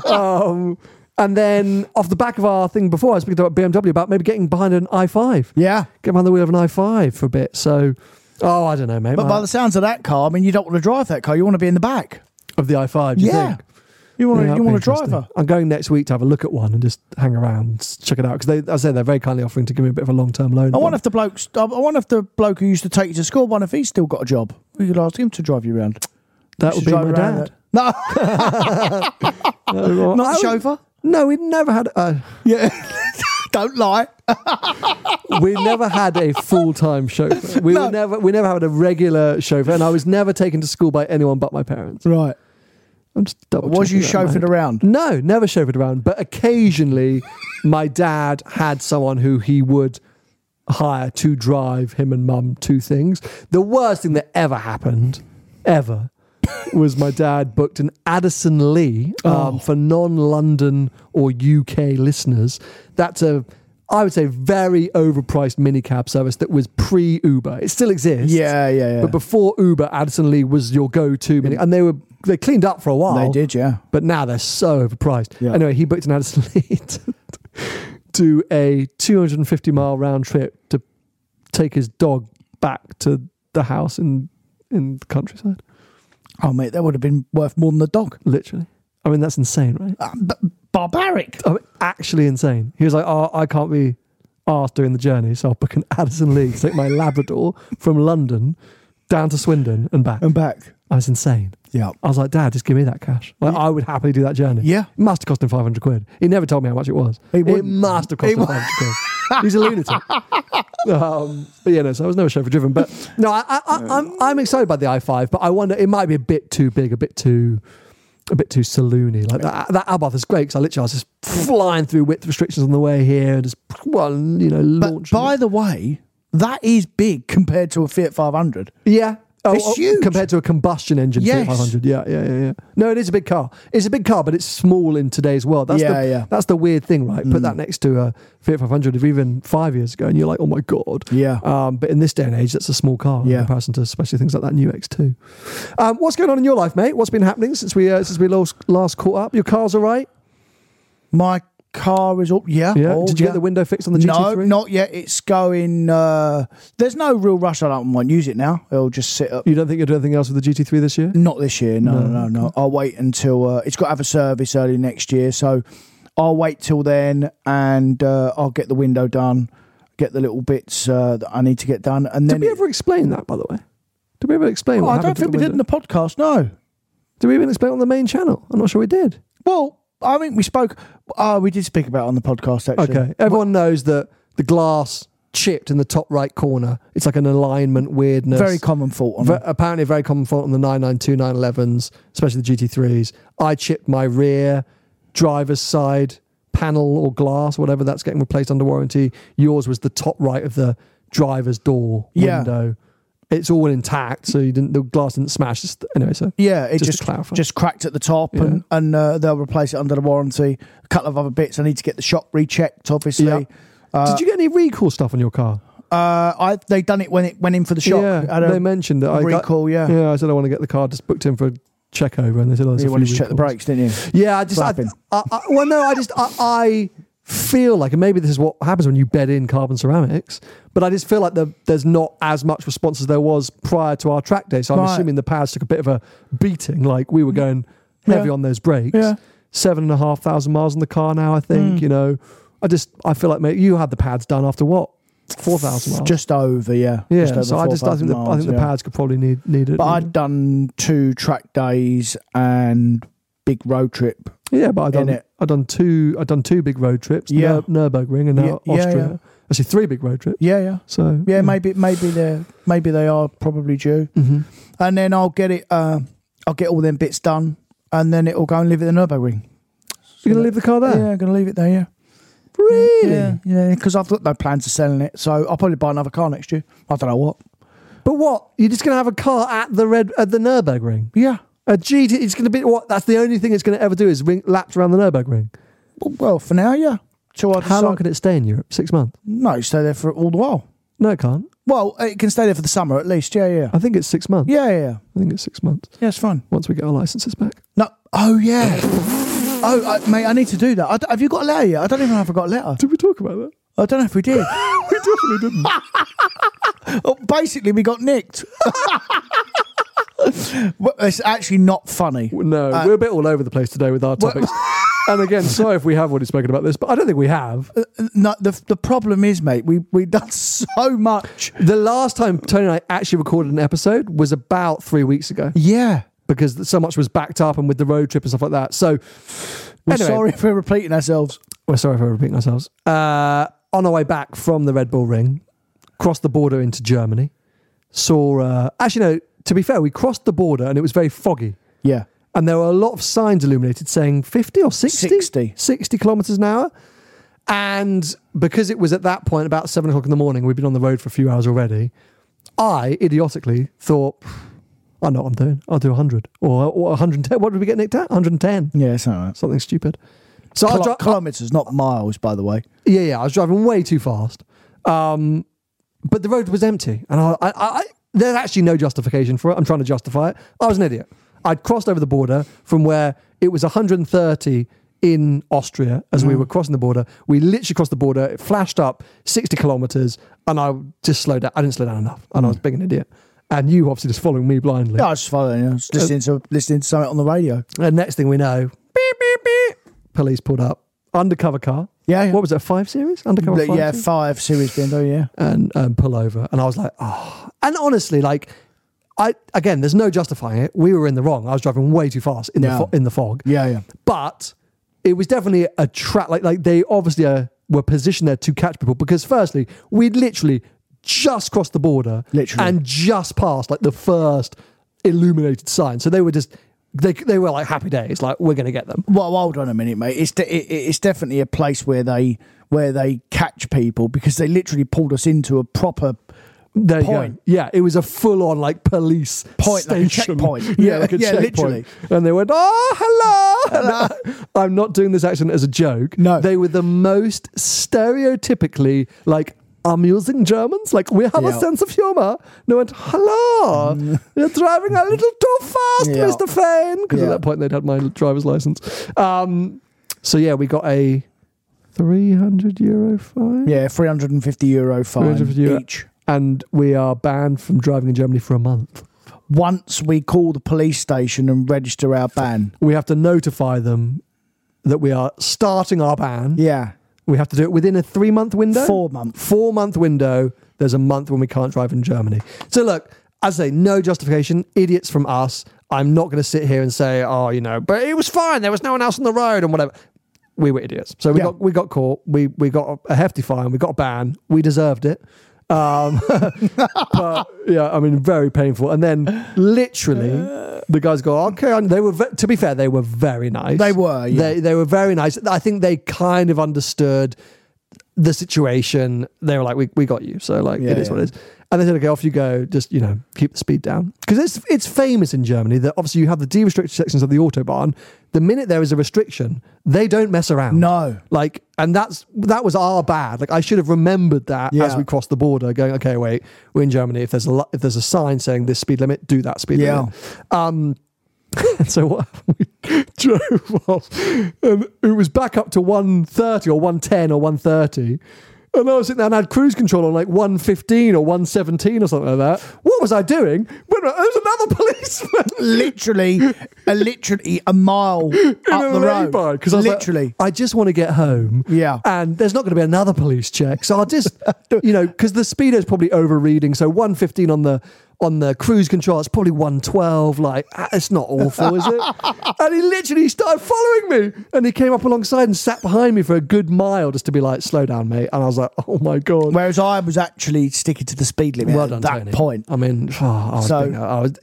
[SPEAKER 1] not? um, and then off the back of our thing before, I was speaking about BMW about maybe getting behind an i5.
[SPEAKER 2] Yeah.
[SPEAKER 1] get behind the wheel of an i5 for a bit. So, oh, I don't know, mate.
[SPEAKER 2] But
[SPEAKER 1] My-
[SPEAKER 2] by the sounds of that car, I mean, you don't want to drive that car. You want to be in the back.
[SPEAKER 1] of the i5, do you
[SPEAKER 2] Yeah.
[SPEAKER 1] think?
[SPEAKER 2] You want,
[SPEAKER 1] Yeah,
[SPEAKER 2] to you
[SPEAKER 1] that'd
[SPEAKER 2] want a
[SPEAKER 1] be interesting.
[SPEAKER 2] driver.
[SPEAKER 1] I'm going next week to have a look at one and just hang around, s- check it out. Because they, as I say, they're very kindly offering to give me a bit of a long term loan.
[SPEAKER 2] I wonder if the bloke. I wonder if the bloke who used to take you to school, one if he's still got a job. We could ask him to drive you around.
[SPEAKER 1] that would
[SPEAKER 2] Used
[SPEAKER 1] be
[SPEAKER 2] to
[SPEAKER 1] my
[SPEAKER 2] drive around
[SPEAKER 1] dad.
[SPEAKER 2] that- No,
[SPEAKER 1] Not
[SPEAKER 2] not a chauffeur.
[SPEAKER 1] No, we'd never had a
[SPEAKER 2] Yeah, don't lie.
[SPEAKER 1] we never had a full time chauffeur. We were never we never had a regular chauffeur, and I was never taken to school by anyone but my parents.
[SPEAKER 2] Right.
[SPEAKER 1] I'm just double.
[SPEAKER 2] Was
[SPEAKER 1] checking
[SPEAKER 2] you
[SPEAKER 1] that in my
[SPEAKER 2] chauffeured
[SPEAKER 1] head.
[SPEAKER 2] around?
[SPEAKER 1] No, never chauffeured around. But occasionally, my dad had someone who he would hire to drive him and mum to things. The worst thing that ever happened, ever, was my dad booked an Addison Lee
[SPEAKER 2] Oh.
[SPEAKER 1] um, for non-London or UK listeners. That's a I would say very overpriced minicab service that was pre Uber. It still exists.
[SPEAKER 2] Yeah, yeah, yeah.
[SPEAKER 1] But before Uber, Addison Lee was your go-to mini, and they were they cleaned up for a while.
[SPEAKER 2] They did, yeah.
[SPEAKER 1] But now they're so overpriced.
[SPEAKER 2] Yeah.
[SPEAKER 1] Anyway, he booked an Addison Lee to, to a 250 mile round trip to take his dog back to the house in in the countryside.
[SPEAKER 2] Oh mate, that would have been worth more than the dog.
[SPEAKER 1] Literally. I mean, that's insane, right?
[SPEAKER 2] Ah. Barbaric.
[SPEAKER 1] I mean, actually insane. He was like, "Oh, I can't be asked doing the journey, so I'll book an Addison Lee to take my Labrador from London down to Swindon and back."
[SPEAKER 2] And back.
[SPEAKER 1] I was insane.
[SPEAKER 2] Yeah.
[SPEAKER 1] I was like, Dad, just give me that cash. Like, I would happily do that journey.
[SPEAKER 2] Yeah.
[SPEAKER 1] It must have cost him 500 quid. He never told me how much it was.
[SPEAKER 2] He
[SPEAKER 1] it
[SPEAKER 2] wouldn't.
[SPEAKER 1] must have cost
[SPEAKER 2] He
[SPEAKER 1] him
[SPEAKER 2] wou-
[SPEAKER 1] 500 quid. He's a lunatic. Um, but yeah, no, so I was never chauffeur driven. But no, I, I, I, I'm, I'm excited by the i5, but I wonder, it might be a bit too big, a bit too. A bit too saloony, like that. That Abarth is great because I literally I was just flying through width restrictions on the way here, just well, you know,
[SPEAKER 2] But
[SPEAKER 1] launching.
[SPEAKER 2] by the way, that is big compared to a Fiat 500.
[SPEAKER 1] Yeah. Oh,
[SPEAKER 2] It's huge.
[SPEAKER 1] Compared to a combustion engine
[SPEAKER 2] Yes.
[SPEAKER 1] 500. Yeah, yeah, yeah, yeah. No, it is a big car. It's a big car, but it's small in today's world. That's
[SPEAKER 2] Yeah,
[SPEAKER 1] the,
[SPEAKER 2] yeah. Mm.
[SPEAKER 1] That's the weird thing, right? Put that next to a Fiat 500 of even five years ago, and you're like, oh my God.
[SPEAKER 2] Yeah.
[SPEAKER 1] Um, but in this day and age, that's a small car
[SPEAKER 2] Yeah.
[SPEAKER 1] in comparison to especially things like that new X2. Um, what's going on in your life, mate? What's been happening since we uh, since we last, last caught up? Your car's all right?
[SPEAKER 2] My car is up. Yeah.
[SPEAKER 1] Yeah.
[SPEAKER 2] oh,
[SPEAKER 1] Did you get the window fixed on the
[SPEAKER 2] No,
[SPEAKER 1] GT3?
[SPEAKER 2] not yet. It's going. Uh, there's no real rush. I don't want to use it now. It'll just sit up.
[SPEAKER 1] You don't think you'll do anything else with the GT3 this year?
[SPEAKER 2] Not this year. No, no, no. no. I'll wait until uh, it's got to have a service early next year. So I'll wait till then, and uh, I'll get the window done, get the little bits uh, that I need to get done, and then.
[SPEAKER 1] Did we
[SPEAKER 2] it-
[SPEAKER 1] ever explain that, by the way? Did we ever explain
[SPEAKER 2] Oh,
[SPEAKER 1] what
[SPEAKER 2] I don't
[SPEAKER 1] happened to
[SPEAKER 2] think
[SPEAKER 1] the
[SPEAKER 2] we did
[SPEAKER 1] window?
[SPEAKER 2] in the podcast. No.
[SPEAKER 1] Did we even explain it on the main channel? I'm not sure we did.
[SPEAKER 2] Well, I think we spoke. Oh, we did speak about it on the podcast actually.
[SPEAKER 1] Okay. Everyone knows that the glass chipped in the top right corner. It's like an alignment weirdness.
[SPEAKER 2] Very common fault on
[SPEAKER 1] Ve-
[SPEAKER 2] it.
[SPEAKER 1] apparently, a very common fault on the 992, 911s, especially the GT3s. I chipped my rear driver's side panel or glass, whatever that's getting replaced under warranty. Yours was the top right of the driver's door
[SPEAKER 2] Yeah.
[SPEAKER 1] window. It's all intact, so you didn't. The glass didn't smash. Just, anyway, so
[SPEAKER 2] Yeah, it
[SPEAKER 1] Just to
[SPEAKER 2] just
[SPEAKER 1] clarify.
[SPEAKER 2] just, cracked at the top, and and uh, they'll replace it under the warranty. A couple of other bits. I need to get the shop rechecked, obviously.
[SPEAKER 1] Yeah. Did you get any recall stuff on your car?
[SPEAKER 2] Uh, I they done it when it went in for the shop.
[SPEAKER 1] Yeah,
[SPEAKER 2] Had a
[SPEAKER 1] they mentioned that. I got-
[SPEAKER 2] recall. yeah,
[SPEAKER 1] yeah. I said I want to get the car just booked in for a check over, and they said, "Oh, there's
[SPEAKER 2] you
[SPEAKER 1] a
[SPEAKER 2] wanted
[SPEAKER 1] few
[SPEAKER 2] to check the
[SPEAKER 1] recalls.
[SPEAKER 2] brakes, didn't you?
[SPEAKER 1] Yeah, I just, I,
[SPEAKER 2] Flapping.
[SPEAKER 1] I, I, well, no, I just, I, I feel like, and maybe this is what happens when you bed in carbon ceramics, but I just feel like the, there's not as much response as there was prior to our track day. So I'm
[SPEAKER 2] Right. Mm.
[SPEAKER 1] assuming the pads took a bit of a beating. Like we were going heavy
[SPEAKER 2] Yeah.
[SPEAKER 1] on those brakes.
[SPEAKER 2] Yeah. Mm.
[SPEAKER 1] Seven and a half thousand miles on the car now. I think you know. I just, I feel like mate, you had the pads done after what four thousand miles.
[SPEAKER 2] Just over, yeah.
[SPEAKER 1] Yeah,
[SPEAKER 2] over
[SPEAKER 1] so I just I think
[SPEAKER 2] 4,000
[SPEAKER 1] the, I
[SPEAKER 2] miles,
[SPEAKER 1] think the
[SPEAKER 2] yeah.
[SPEAKER 1] pads could probably need need it.
[SPEAKER 2] But
[SPEAKER 1] you
[SPEAKER 2] I'd
[SPEAKER 1] know.
[SPEAKER 2] done two track days and big road trip.
[SPEAKER 1] yeah, but I done
[SPEAKER 2] it.
[SPEAKER 1] I done two I done two big road trips.
[SPEAKER 2] Yeah.
[SPEAKER 1] Nur- Nurburgring and now
[SPEAKER 2] Yeah, yeah,
[SPEAKER 1] Austria.
[SPEAKER 2] yeah.
[SPEAKER 1] Actually, three big road trips.
[SPEAKER 2] Yeah, yeah.
[SPEAKER 1] So
[SPEAKER 2] Yeah, maybe maybe they maybe they are probably due,
[SPEAKER 1] mm-hmm.
[SPEAKER 2] and then I'll get it. Uh, I'll get all them bits done, and then it'll go and live at the Nurburgring.
[SPEAKER 1] you're gonna leave the car there.
[SPEAKER 2] Yeah, I'm gonna leave it there. Yeah,
[SPEAKER 1] Really?
[SPEAKER 2] yeah, yeah. Because I've got no plans of selling it, so I'll probably buy another car next year. I don't know what.
[SPEAKER 1] But what? You're just gonna have a car at the red at the Nurburgring.
[SPEAKER 2] Yeah,
[SPEAKER 1] A GT. It's gonna be what? That's the only thing it's gonna ever do is ring, laps around the Nurburgring.
[SPEAKER 2] Well, for now, yeah. Till I
[SPEAKER 1] How
[SPEAKER 2] decide-
[SPEAKER 1] long can it stay in Europe? Six months?
[SPEAKER 2] No, stay there for all the while.
[SPEAKER 1] No, it can't.
[SPEAKER 2] Well, it can stay there for the summer at least. Yeah, yeah,
[SPEAKER 1] I think it's six months.
[SPEAKER 2] yeah, yeah, yeah.
[SPEAKER 1] I think it's six months.
[SPEAKER 2] Yeah, it's fine.
[SPEAKER 1] Once we get our licenses back.
[SPEAKER 2] No. Oh yeah. oh, I, mate, I need to do that. I d have you got a letter yet? I don't even know if I got a letter.
[SPEAKER 1] Did we talk about that?
[SPEAKER 2] I don't know if we did. we definitely didn't. basically, we got nicked. Well, it's actually not funny.
[SPEAKER 1] No,
[SPEAKER 2] Uh,
[SPEAKER 1] we're a bit all over the place today with our topics. and again, sorry if we have already spoken about this, but I don't think we have.
[SPEAKER 2] No, the the problem is, mate, we we done so much.
[SPEAKER 1] The last time Tony and I actually recorded an episode was about three weeks ago
[SPEAKER 2] Yeah.
[SPEAKER 1] because so much was backed up and with the road trip and stuff like that. So,
[SPEAKER 2] We're
[SPEAKER 1] Anyway.
[SPEAKER 2] sorry if we're repeating ourselves.
[SPEAKER 1] we're sorry for repeating ourselves. Uh, on our way back from the Red Bull Ring, crossed the border into Germany, saw, uh, actually, no, to be fair, we crossed the border and it was very foggy.
[SPEAKER 2] Yeah.
[SPEAKER 1] and there were a lot of signs illuminated saying 50 or 60?
[SPEAKER 2] 60.
[SPEAKER 1] 60 kilometers an hour. And because it was at that point about seven o'clock in the morning, we'd been on the road for a few hours already. I idiotically thought, I know what I'm doing. I'll do 100 or, or 110. What did we get nicked at? 110.
[SPEAKER 2] Yeah, it's all right.
[SPEAKER 1] Something stupid. So I,
[SPEAKER 2] Kilo-
[SPEAKER 1] dri-
[SPEAKER 2] kilometers, not miles, by the way.
[SPEAKER 1] yeah, yeah, I was driving way too fast. Um, but the road was empty, and I, I, I, there's actually no justification for it. I'm trying to justify it. I was an idiot. I'd crossed over the border from where it was 130 in Austria as
[SPEAKER 2] Mm.
[SPEAKER 1] we were crossing the border. We literally crossed the border. It flashed up 60 kilometers, and I just slowed down. I didn't slow down enough, and I
[SPEAKER 2] Mm.
[SPEAKER 1] was being an idiot. And you obviously just following me blindly.
[SPEAKER 2] Yeah, Uh, I was just following. I was listening to listening to something on the radio.
[SPEAKER 1] And next thing we know, beep beep beep, police pulled up, undercover car.
[SPEAKER 2] Yeah, yeah.
[SPEAKER 1] What was it? a Five series undercover.
[SPEAKER 2] But
[SPEAKER 1] five
[SPEAKER 2] yeah,
[SPEAKER 1] series?
[SPEAKER 2] five series BMW. Yeah,
[SPEAKER 1] and um, pull over. And I was like, oh. And honestly, like, I again, there's no justifying it. We were in the wrong. I was driving way too fast in
[SPEAKER 2] Yeah.
[SPEAKER 1] the fo- in the fog.
[SPEAKER 2] yeah, yeah.
[SPEAKER 1] But it was definitely a trap. Like, like they obviously uh, were positioned there to catch people because firstly, we'd literally just crossed the border,
[SPEAKER 2] Literally.
[SPEAKER 1] and just passed like the first illuminated sign. So they were just. They, they were like happy days, like we're gonna get them.
[SPEAKER 2] Well, hold on a minute, mate. It's de- it, it's definitely a place where they where they catch people because they literally pulled us into a proper
[SPEAKER 1] There you
[SPEAKER 2] Point.
[SPEAKER 1] go. Yeah, it was a full on like police
[SPEAKER 2] Point, like a
[SPEAKER 1] station.
[SPEAKER 2] checkpoint.
[SPEAKER 1] Yeah,
[SPEAKER 2] Yeah,
[SPEAKER 1] like a
[SPEAKER 2] yeah,
[SPEAKER 1] checkpoint.
[SPEAKER 2] literally.
[SPEAKER 1] And they went, "Oh, hello." And I- I'm not doing this accent as a joke.
[SPEAKER 2] No.
[SPEAKER 1] they were the most stereotypically like amusing Germans. Like we have
[SPEAKER 2] Yeah.
[SPEAKER 1] a sense of humor. And they went, "Hello, you're driving a little too fast,
[SPEAKER 2] Yeah.
[SPEAKER 1] Mister Fane." Because
[SPEAKER 2] Yeah.
[SPEAKER 1] at that point they'd had my driver's license. Um, so yeah, we got a 300 euro fine.
[SPEAKER 2] yeah three hundred and fifty euro fine
[SPEAKER 1] 350 euro.
[SPEAKER 2] each.
[SPEAKER 1] And we are banned from driving in Germany for a month.
[SPEAKER 2] Once we call the police station and register our ban.
[SPEAKER 1] we have to notify them that we are starting our ban.
[SPEAKER 2] Yeah,
[SPEAKER 1] We have to do it within a three month window.
[SPEAKER 2] Four month.
[SPEAKER 1] Four month window. There's a month when we can't drive in Germany. So look, as I say, no justification. Idiots from us. I'm not going to sit here and say, oh, you know, but it was fine. There was no one else on the road and whatever. We were idiots. So we
[SPEAKER 2] Yeah.
[SPEAKER 1] got we got caught. We we got a hefty fine. We got a ban. We deserved it. Um, but yeah, I mean, very painful. And then literally,
[SPEAKER 2] Uh.
[SPEAKER 1] the guys go, okay. And they were, ve- to be fair, they were very nice.
[SPEAKER 2] They were, yeah.
[SPEAKER 1] They, they were very nice. I think they kind of understood the situation. They were like, we, we got you. So, like,
[SPEAKER 2] Yeah,
[SPEAKER 1] it is
[SPEAKER 2] yeah.
[SPEAKER 1] what it is. And they said, okay, off you go. Just, you know, keep the speed down. Because it's, it's famous in Germany that obviously you have the de restricted sections of the Autobahn. The minute there is a restriction, they don't mess around.
[SPEAKER 2] No.
[SPEAKER 1] Like, and that's that was our bad. Like, I should have remembered that as
[SPEAKER 2] Yeah.
[SPEAKER 1] we crossed the border, going, okay, wait, we're in Germany. If there's a lo- if there's a sign saying this speed limit, do that speed
[SPEAKER 2] Yeah.
[SPEAKER 1] limit. Um, and so what we drove off, and it was back up to one thirty or one ten or one thirty. And I was sitting there and I had cruise control on like 115 or 117 or something like that. What was I doing? Wait a minute, there's another policeman.
[SPEAKER 2] literally, a, literally a mile up the road.
[SPEAKER 1] Because I was like,
[SPEAKER 2] literally.
[SPEAKER 1] I just want to get home.
[SPEAKER 2] Yeah.
[SPEAKER 1] And there's not going to be another police check. So I'll just, you know, because the speedo is probably overreading. So 115 on the on the cruise control, it's probably 112. Like, ah, it's not awful, is it? and he literally started following me. And he came up alongside and sat behind me for a good mile just to be like, slow down, mate. And I was like, oh my God.
[SPEAKER 2] Whereas I was actually sticking to the speed limit
[SPEAKER 1] well
[SPEAKER 2] at
[SPEAKER 1] done,
[SPEAKER 2] that
[SPEAKER 1] Tony.
[SPEAKER 2] point.
[SPEAKER 1] I mean, oh, I was
[SPEAKER 2] So-
[SPEAKER 1] being- I was-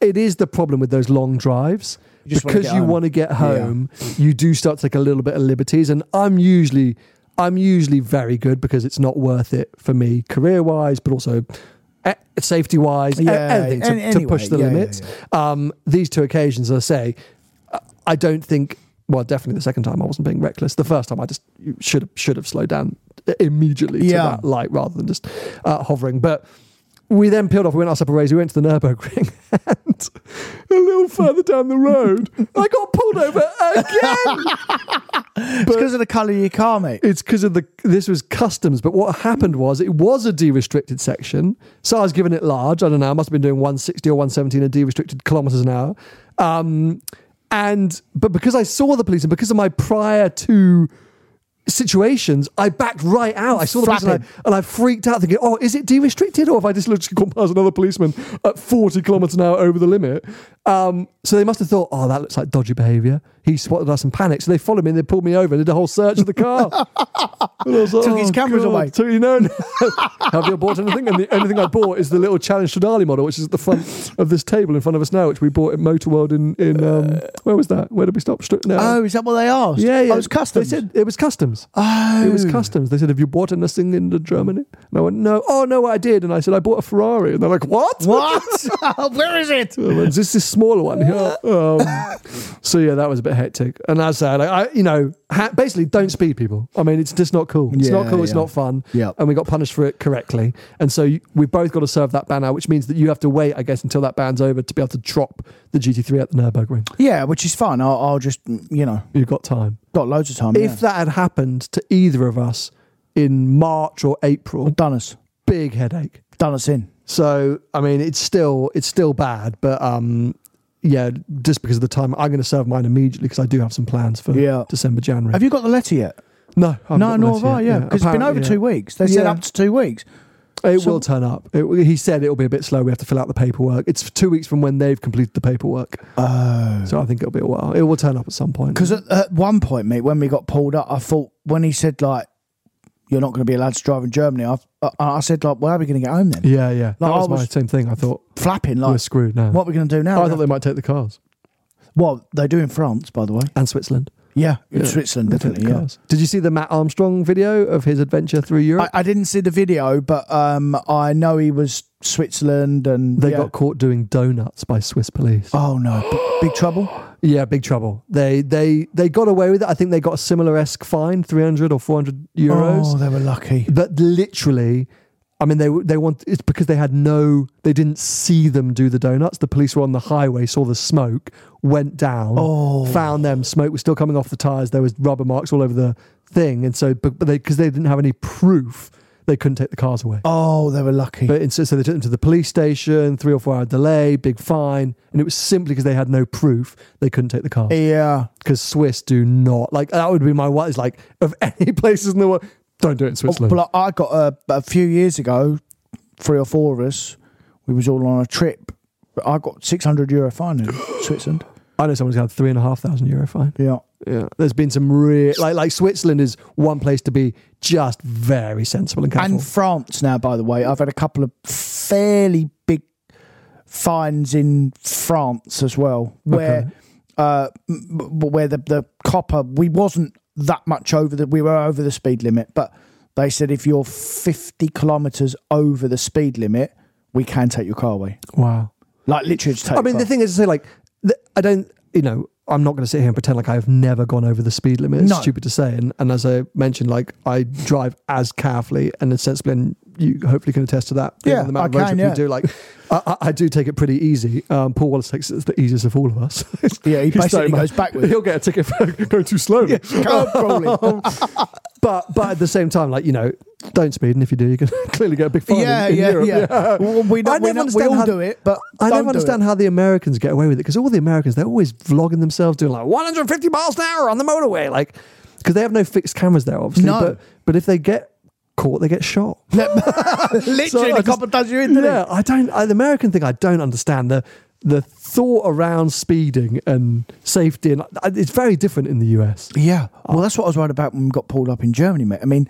[SPEAKER 1] it is the problem with those long drives.
[SPEAKER 2] just wanna
[SPEAKER 1] because
[SPEAKER 2] get
[SPEAKER 1] you
[SPEAKER 2] home.
[SPEAKER 1] want to get home, you do start to take a little bit of liberties. And I'm usually, I'm usually very good because it's not worth it for me career wise, but also eh, safety wise,
[SPEAKER 2] Yeah,
[SPEAKER 1] everything to,
[SPEAKER 2] an-
[SPEAKER 1] to push the
[SPEAKER 2] anyway, yeah, yeah,
[SPEAKER 1] limits. Um, these two occasions, as I say, I don't think Well, definitely the second time I wasn't being reckless. The first time I just should have should have slowed down immediately to
[SPEAKER 2] Yeah.
[SPEAKER 1] that light rather than just uh, hovering. But we then peeled off. We went our separate ways. We went to the Nurburgring, and a little further down the road, I got pulled over again.
[SPEAKER 2] It's because of the colour of your car, mate.
[SPEAKER 1] It's because of the this was customs, but what happened was it was a de-restricted section, so I was given it large. I don't know, I must have been doing 160 or 117 a de-restricted kilometers an hour. Um, and but because I saw the police and because of my prior two situations, I backed right out. I saw the police and I,
[SPEAKER 2] Flapping.
[SPEAKER 1] and I freaked out, thinking, "Oh, is it de-restricted, or have I just literally gone past another policeman at 40 kilometers an hour over the limit?" Um, so they must have thought, "Oh, that looks like dodgy behaviour." He spotted us and panicked, so they followed me and they pulled me over and did a whole search of the car. And I was like,
[SPEAKER 2] Took his cameras away.
[SPEAKER 1] Took, oh, you know, have you bought anything? And the only thing I bought is the little Challenge Stradale model, which is at the front of this table in front of us now, which we bought at Motorworld in in um, where was that? Where did we stop? Stri- no.
[SPEAKER 2] Oh, is that what they asked?
[SPEAKER 1] yeah, yeah.
[SPEAKER 2] Oh, it's customs.
[SPEAKER 1] They said it was customs. Oh, it was customs. They said, "Have you bought anything in the Germany?" And I went, "No." Oh no, I did. And I said, "I bought a Ferrari." And they're like, "What?
[SPEAKER 2] what? Where is it?
[SPEAKER 1] I went, Is this this smaller one here?" Um, so yeah, that was a bit hectic. And I said, I, you know, ha- basically, don't speed, people. I mean, it's just not cool. It's not
[SPEAKER 2] Yeah,
[SPEAKER 1] cool. It's
[SPEAKER 2] yeah.
[SPEAKER 1] not fun.
[SPEAKER 2] Yeah.
[SPEAKER 1] And we got punished for it correctly. And so you, we've both got to serve that ban out, which means that you have to wait, I guess, until that ban's over to be able to drop the GT3 at the Nurburgring.
[SPEAKER 2] Yeah, which is fine. I'll, I'll just, you know,
[SPEAKER 1] You've got time.
[SPEAKER 2] got loads of time. yeah.
[SPEAKER 1] If that had happened to either of us in March or April,
[SPEAKER 2] done us,
[SPEAKER 1] big headache.
[SPEAKER 2] done us in.
[SPEAKER 1] So I mean, it's still it's still bad, but um, yeah, just because of the time, I'm going to serve mine immediately because I do have some plans for
[SPEAKER 2] Yeah.
[SPEAKER 1] December, January.
[SPEAKER 2] Have you got the letter yet?
[SPEAKER 1] No, I haven't
[SPEAKER 2] no,
[SPEAKER 1] got
[SPEAKER 2] nor
[SPEAKER 1] those
[SPEAKER 2] have I.
[SPEAKER 1] yet.
[SPEAKER 2] Yeah, because it's been over
[SPEAKER 1] apparently, yeah.
[SPEAKER 2] two weeks. They said
[SPEAKER 1] Yeah.
[SPEAKER 2] up to two weeks.
[SPEAKER 1] It
[SPEAKER 2] So-
[SPEAKER 1] will turn up. It, he said it'll be a bit slow. We have to fill out the paperwork. It's two weeks from when they've completed the paperwork. Oh, so I think it'll be a while. It will turn up at some point.
[SPEAKER 2] Because at, at one point, mate, when we got pulled up, I thought when he said like, "You're not going to be allowed to drive in Germany," I, I, I said like, "Well, how are we going to get home then?"
[SPEAKER 1] yeah, yeah, that
[SPEAKER 2] Like, I
[SPEAKER 1] was, my
[SPEAKER 2] was- Oh,
[SPEAKER 1] same thing. I thought
[SPEAKER 2] Flapping like
[SPEAKER 1] we're screwed now.
[SPEAKER 2] What are we going to do now?
[SPEAKER 1] I thought they might take the cars
[SPEAKER 2] well, they do in France, by the way.
[SPEAKER 1] and Switzerland.
[SPEAKER 2] Yeah, in
[SPEAKER 1] Yeah,
[SPEAKER 2] Switzerland,
[SPEAKER 1] they take the
[SPEAKER 2] definitely. Yeah.
[SPEAKER 1] cars. Did you see the Matt Armstrong video of his adventure through Europe?
[SPEAKER 2] I, I didn't see the video, but um, I know he was Switzerland and
[SPEAKER 1] they
[SPEAKER 2] yeah.
[SPEAKER 1] got caught doing donuts by Swiss police.
[SPEAKER 2] Oh no, big, big trouble.
[SPEAKER 1] Yeah, big trouble. They they they got away with it. I think they got a similar esque fine, three hundred or four hundred euros.
[SPEAKER 2] Oh, they were lucky.
[SPEAKER 1] But literally, I mean, they they want it's because they had no, they didn't see them do the donuts. The police were on the highway, saw the smoke, went down,
[SPEAKER 2] Oh.
[SPEAKER 1] found them. Smoke was still coming off the tires. There was rubber marks all over the thing, and so but, but they because they didn't have any proof, they couldn't take the cars away.
[SPEAKER 2] Oh, they were lucky.
[SPEAKER 1] But instead, so they took them to the police station, three or four hour delay, big fine, and it was simply because they had no proof they couldn't take the cars
[SPEAKER 2] yeah,
[SPEAKER 1] because Swiss do not like that would be my what is like of any places in the world. Don't do it in Switzerland.
[SPEAKER 2] Well, I got a, a few years ago, three or four of us, we was all on a trip. But I got six hundred euro fine in Switzerland.
[SPEAKER 1] I know someone's got a three and a half thousand euro fine.
[SPEAKER 2] Yeah,
[SPEAKER 1] Yeah, there's been some real like like Switzerland is one place to be just very sensible and careful.
[SPEAKER 2] and France now. By the way, I've had a couple of fairly big fines in France as well, where
[SPEAKER 1] Okay.
[SPEAKER 2] uh, m- m- where the the copper we wasn't that much over the we were over the speed limit, but they said if you're fifty kilometers over the speed limit, we can take your car away.
[SPEAKER 1] wow.
[SPEAKER 2] Like literally, just take.
[SPEAKER 1] I mean,
[SPEAKER 2] car.
[SPEAKER 1] the thing is to say like th- I don't you know. I'm not going to sit here and pretend like I have never gone over the speed limit. It's
[SPEAKER 2] No.
[SPEAKER 1] stupid to say. And, and as I mentioned, like I drive as carefully and as sensibly, and you hopefully can attest to that.
[SPEAKER 2] Yeah,
[SPEAKER 1] the amount
[SPEAKER 2] I
[SPEAKER 1] of road
[SPEAKER 2] can,
[SPEAKER 1] trip
[SPEAKER 2] yeah.
[SPEAKER 1] you do, like I, I, I do take it pretty easy. Um, Paul Wallace takes it as the easiest of all of us.
[SPEAKER 2] Yeah, he
[SPEAKER 1] He's
[SPEAKER 2] basically
[SPEAKER 1] so mad.
[SPEAKER 2] goes backwards.
[SPEAKER 1] He'll get a ticket for going too slowly.
[SPEAKER 2] Come on, Broly.
[SPEAKER 1] Oh. But but at the same time, like you know, don't speed, and if you do, you're gonna clearly get a big fine.
[SPEAKER 2] yeah,
[SPEAKER 1] in, in
[SPEAKER 2] yeah,
[SPEAKER 1] Europe.
[SPEAKER 2] yeah, Well, we,
[SPEAKER 1] I never
[SPEAKER 2] don't, we, don't, we
[SPEAKER 1] understand
[SPEAKER 2] all
[SPEAKER 1] how-
[SPEAKER 2] do it, but
[SPEAKER 1] I
[SPEAKER 2] don't
[SPEAKER 1] never
[SPEAKER 2] do
[SPEAKER 1] understand
[SPEAKER 2] it.
[SPEAKER 1] how the Americans get away with it because all the Americans they're always vlogging themselves doing like 150 miles an hour on the motorway, like because they have no fixed cameras there, obviously.
[SPEAKER 2] No.
[SPEAKER 1] But but if they get caught, they get shot.
[SPEAKER 2] Literally,
[SPEAKER 1] So I
[SPEAKER 2] the
[SPEAKER 1] just-
[SPEAKER 2] copper does you in, doesn't
[SPEAKER 1] yeah, I don't. I, the American thing I don't understand the the thought around speeding and safety, and I- it's very different in the US.
[SPEAKER 2] he? Yeah. Well, that's what I was worried about when we got pulled up in Germany, mate. I mean,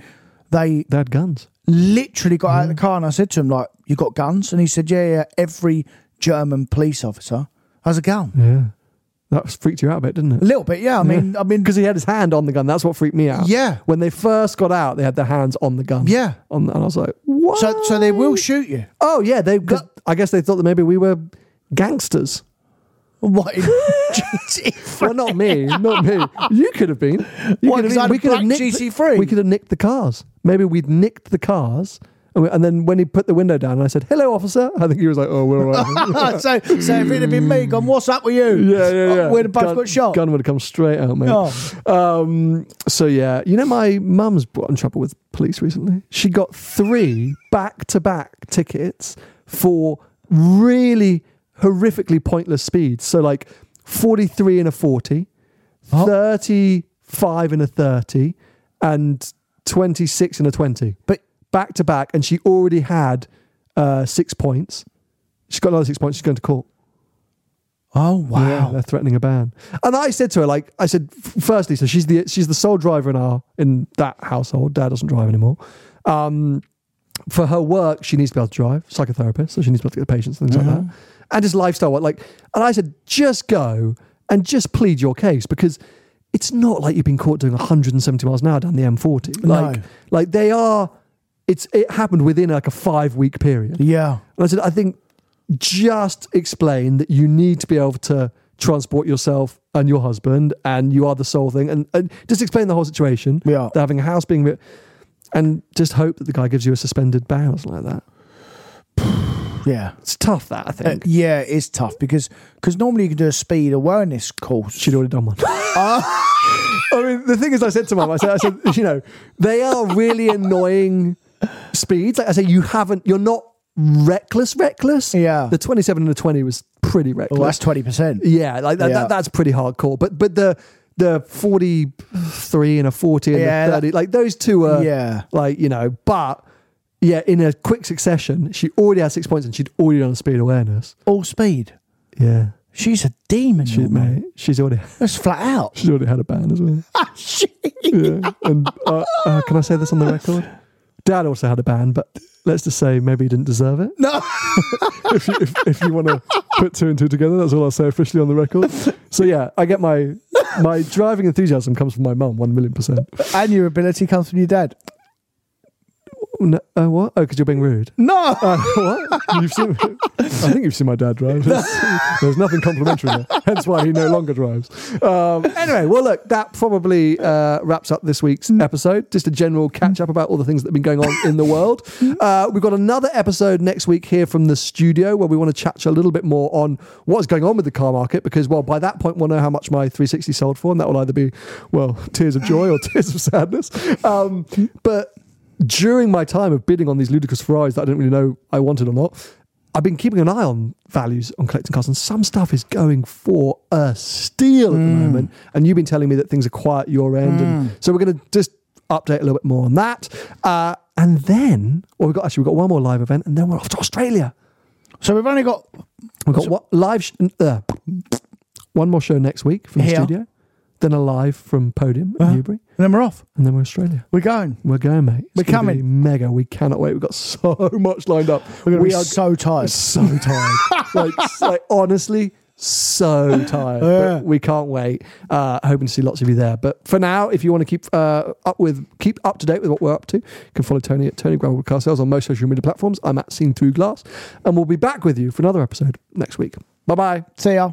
[SPEAKER 2] they
[SPEAKER 1] They had guns.
[SPEAKER 2] literally got out
[SPEAKER 1] Mm.
[SPEAKER 2] of the car, and I said to him, like, you got guns? And he said, yeah, yeah, every German police officer has a gun.
[SPEAKER 1] Yeah, that freaked you out a bit, didn't it?
[SPEAKER 2] A little bit, yeah. I mean, I mean,
[SPEAKER 1] because he had his hand on the gun. That's what freaked me out.
[SPEAKER 2] Yeah.
[SPEAKER 1] When they first got out, they had their hands on the gun.
[SPEAKER 2] Yeah.
[SPEAKER 1] On, and I was like, what?
[SPEAKER 2] so, so they will shoot you.
[SPEAKER 1] Oh yeah, they. 'cause I guess they thought that maybe we were gangsters.
[SPEAKER 2] What? in-
[SPEAKER 1] Well, not me, not me. You could have been. You
[SPEAKER 2] Why,
[SPEAKER 1] could
[SPEAKER 2] 'cause
[SPEAKER 1] have been.
[SPEAKER 2] I had a
[SPEAKER 1] We could have nicked.
[SPEAKER 2] black GT3?
[SPEAKER 1] We could have nicked the cars. Maybe we'd nicked the cars, and, we, and then when he put the window down, and I said, "Hello, officer," I think he was like, "Oh, we're all right."
[SPEAKER 2] so, so if it had been me, gone, what's up with you?
[SPEAKER 1] Yeah, yeah, yeah.
[SPEAKER 2] Oh, We'd have both
[SPEAKER 1] gun,
[SPEAKER 2] got shot.
[SPEAKER 1] Gun would have come straight out, mate.
[SPEAKER 2] Oh.
[SPEAKER 1] Um, so yeah, you know, my mum's got in trouble with police recently. She got three back-to-back tickets for really horrifically pointless speeds. So like 43 and a 40, 35 and a 30, and 26 and a 20.
[SPEAKER 2] But-
[SPEAKER 1] back to back, and she already had uh, six points. She's got another six points. She's going to court.
[SPEAKER 2] Oh,
[SPEAKER 1] Yeah,
[SPEAKER 2] wow.
[SPEAKER 1] they're threatening a ban. And I said to her, like, I said, f- firstly, so she's the she's the sole driver in our in that household. Dad doesn't drive anymore. Um, for her work, she needs to be able to drive. Psychotherapist, so she needs to be able to get patients things like
[SPEAKER 2] Uh-huh.
[SPEAKER 1] that. And just lifestyle, what like. And I said, just go and just plead your case because it's not like you've been caught doing 170 miles an hour down the M40. Like,
[SPEAKER 2] No.
[SPEAKER 1] like they are. It's it happened within like a five week period.
[SPEAKER 2] Yeah.
[SPEAKER 1] And I said, I think just explain that you need to be able to transport yourself and your husband, and you are the sole thing, and, and just explain the whole situation.
[SPEAKER 2] Yeah.
[SPEAKER 1] They're having a house being, re- and just hope that the guy gives you a suspended ban or something like that.
[SPEAKER 2] Yeah.
[SPEAKER 1] It's tough, that I
[SPEAKER 2] Uh,
[SPEAKER 1] think.
[SPEAKER 2] yeah, it's tough because cause normally you can do a speed awareness course.
[SPEAKER 1] She'd already done one. I mean, the thing is, I said to mum, I said, I said, you know, they are really annoying speeds. Like I say, you haven't, you're not reckless, reckless.
[SPEAKER 2] Yeah.
[SPEAKER 1] The 27 and the 20 was pretty reckless.
[SPEAKER 2] well, that's 20%.
[SPEAKER 1] Yeah, like that,
[SPEAKER 2] Yeah.
[SPEAKER 1] That, that's pretty hardcore. But but the the forty three and a forty and
[SPEAKER 2] Yeah,
[SPEAKER 1] the
[SPEAKER 2] that-
[SPEAKER 1] thirty, like those two are
[SPEAKER 2] Yeah.
[SPEAKER 1] like you know. But yeah, in a quick succession, she already had six points and she'd already done a speed awareness.
[SPEAKER 2] All speed.
[SPEAKER 1] Yeah,
[SPEAKER 2] She's a demon,
[SPEAKER 1] she,
[SPEAKER 2] you know.
[SPEAKER 1] mate, she's already
[SPEAKER 2] That's flat out.
[SPEAKER 1] she's already had a ban as well.
[SPEAKER 2] Ah,
[SPEAKER 1] yeah, and uh, uh, can I say this on the record? Dad also had a ban, but let's just say maybe he didn't deserve it.
[SPEAKER 2] No.
[SPEAKER 1] if you, if, if you want to put two and two together, that's all I'll say officially on the record. So yeah, I get my my driving enthusiasm comes from my mum, one million percent.
[SPEAKER 2] and your ability comes from your dad.
[SPEAKER 1] No, uh, what? Oh, because you're being rude.
[SPEAKER 2] No.
[SPEAKER 1] Uh, what? You've seen? I think you've seen my dad drive. There's, there's nothing complimentary there. Hence why he no longer drives. Um, anyway, well, look, that probably uh, wraps up this week's episode. Just a general catch up about all the things that have been going on in the world. Uh, we've got another episode next week here from the studio where we want to chat a little bit more on what's going on with the car market because, well, by that point, we'll know how much my 360 sold for, and that will either be, well, tears of joy or tears of sadness. Um, but during my time of bidding on these ludicrous Ferraris that I didn't really know I wanted or not, I've been keeping an eye on values on collecting cars, and some stuff is going for a steal at the
[SPEAKER 2] Hmm.
[SPEAKER 1] moment. And you've been telling me that things are quiet at your end, and so we're going to just update a little bit more on that. Uh, and then, well, we've got actually we've got one more live event, and then we're off to Australia.
[SPEAKER 2] So we've only got
[SPEAKER 1] We've got what live sh- uh, one more show next week from the
[SPEAKER 2] Here. Uh-huh.
[SPEAKER 1] studio, then a live from Podium in Newbury,
[SPEAKER 2] And then we're off.
[SPEAKER 1] and then we're Australia.
[SPEAKER 2] We're going.
[SPEAKER 1] We're going, mate. It's
[SPEAKER 2] We're
[SPEAKER 1] gonna
[SPEAKER 2] coming.
[SPEAKER 1] be mega. We cannot wait. We've got so much lined up.
[SPEAKER 2] We're going to
[SPEAKER 1] We
[SPEAKER 2] be
[SPEAKER 1] are
[SPEAKER 2] so tired.
[SPEAKER 1] so tired. like, s- like, honestly, so tired. But we can't wait. Uh, hoping to see lots of you there. But for now, if you want to keep uh, up with, keep up to date with what we're up to, you can follow Tony at Tony Gravel Car Sales on most social media platforms. I'm at Seen Through Glass, and we'll be back with you for another episode next week. Bye bye.
[SPEAKER 2] See ya.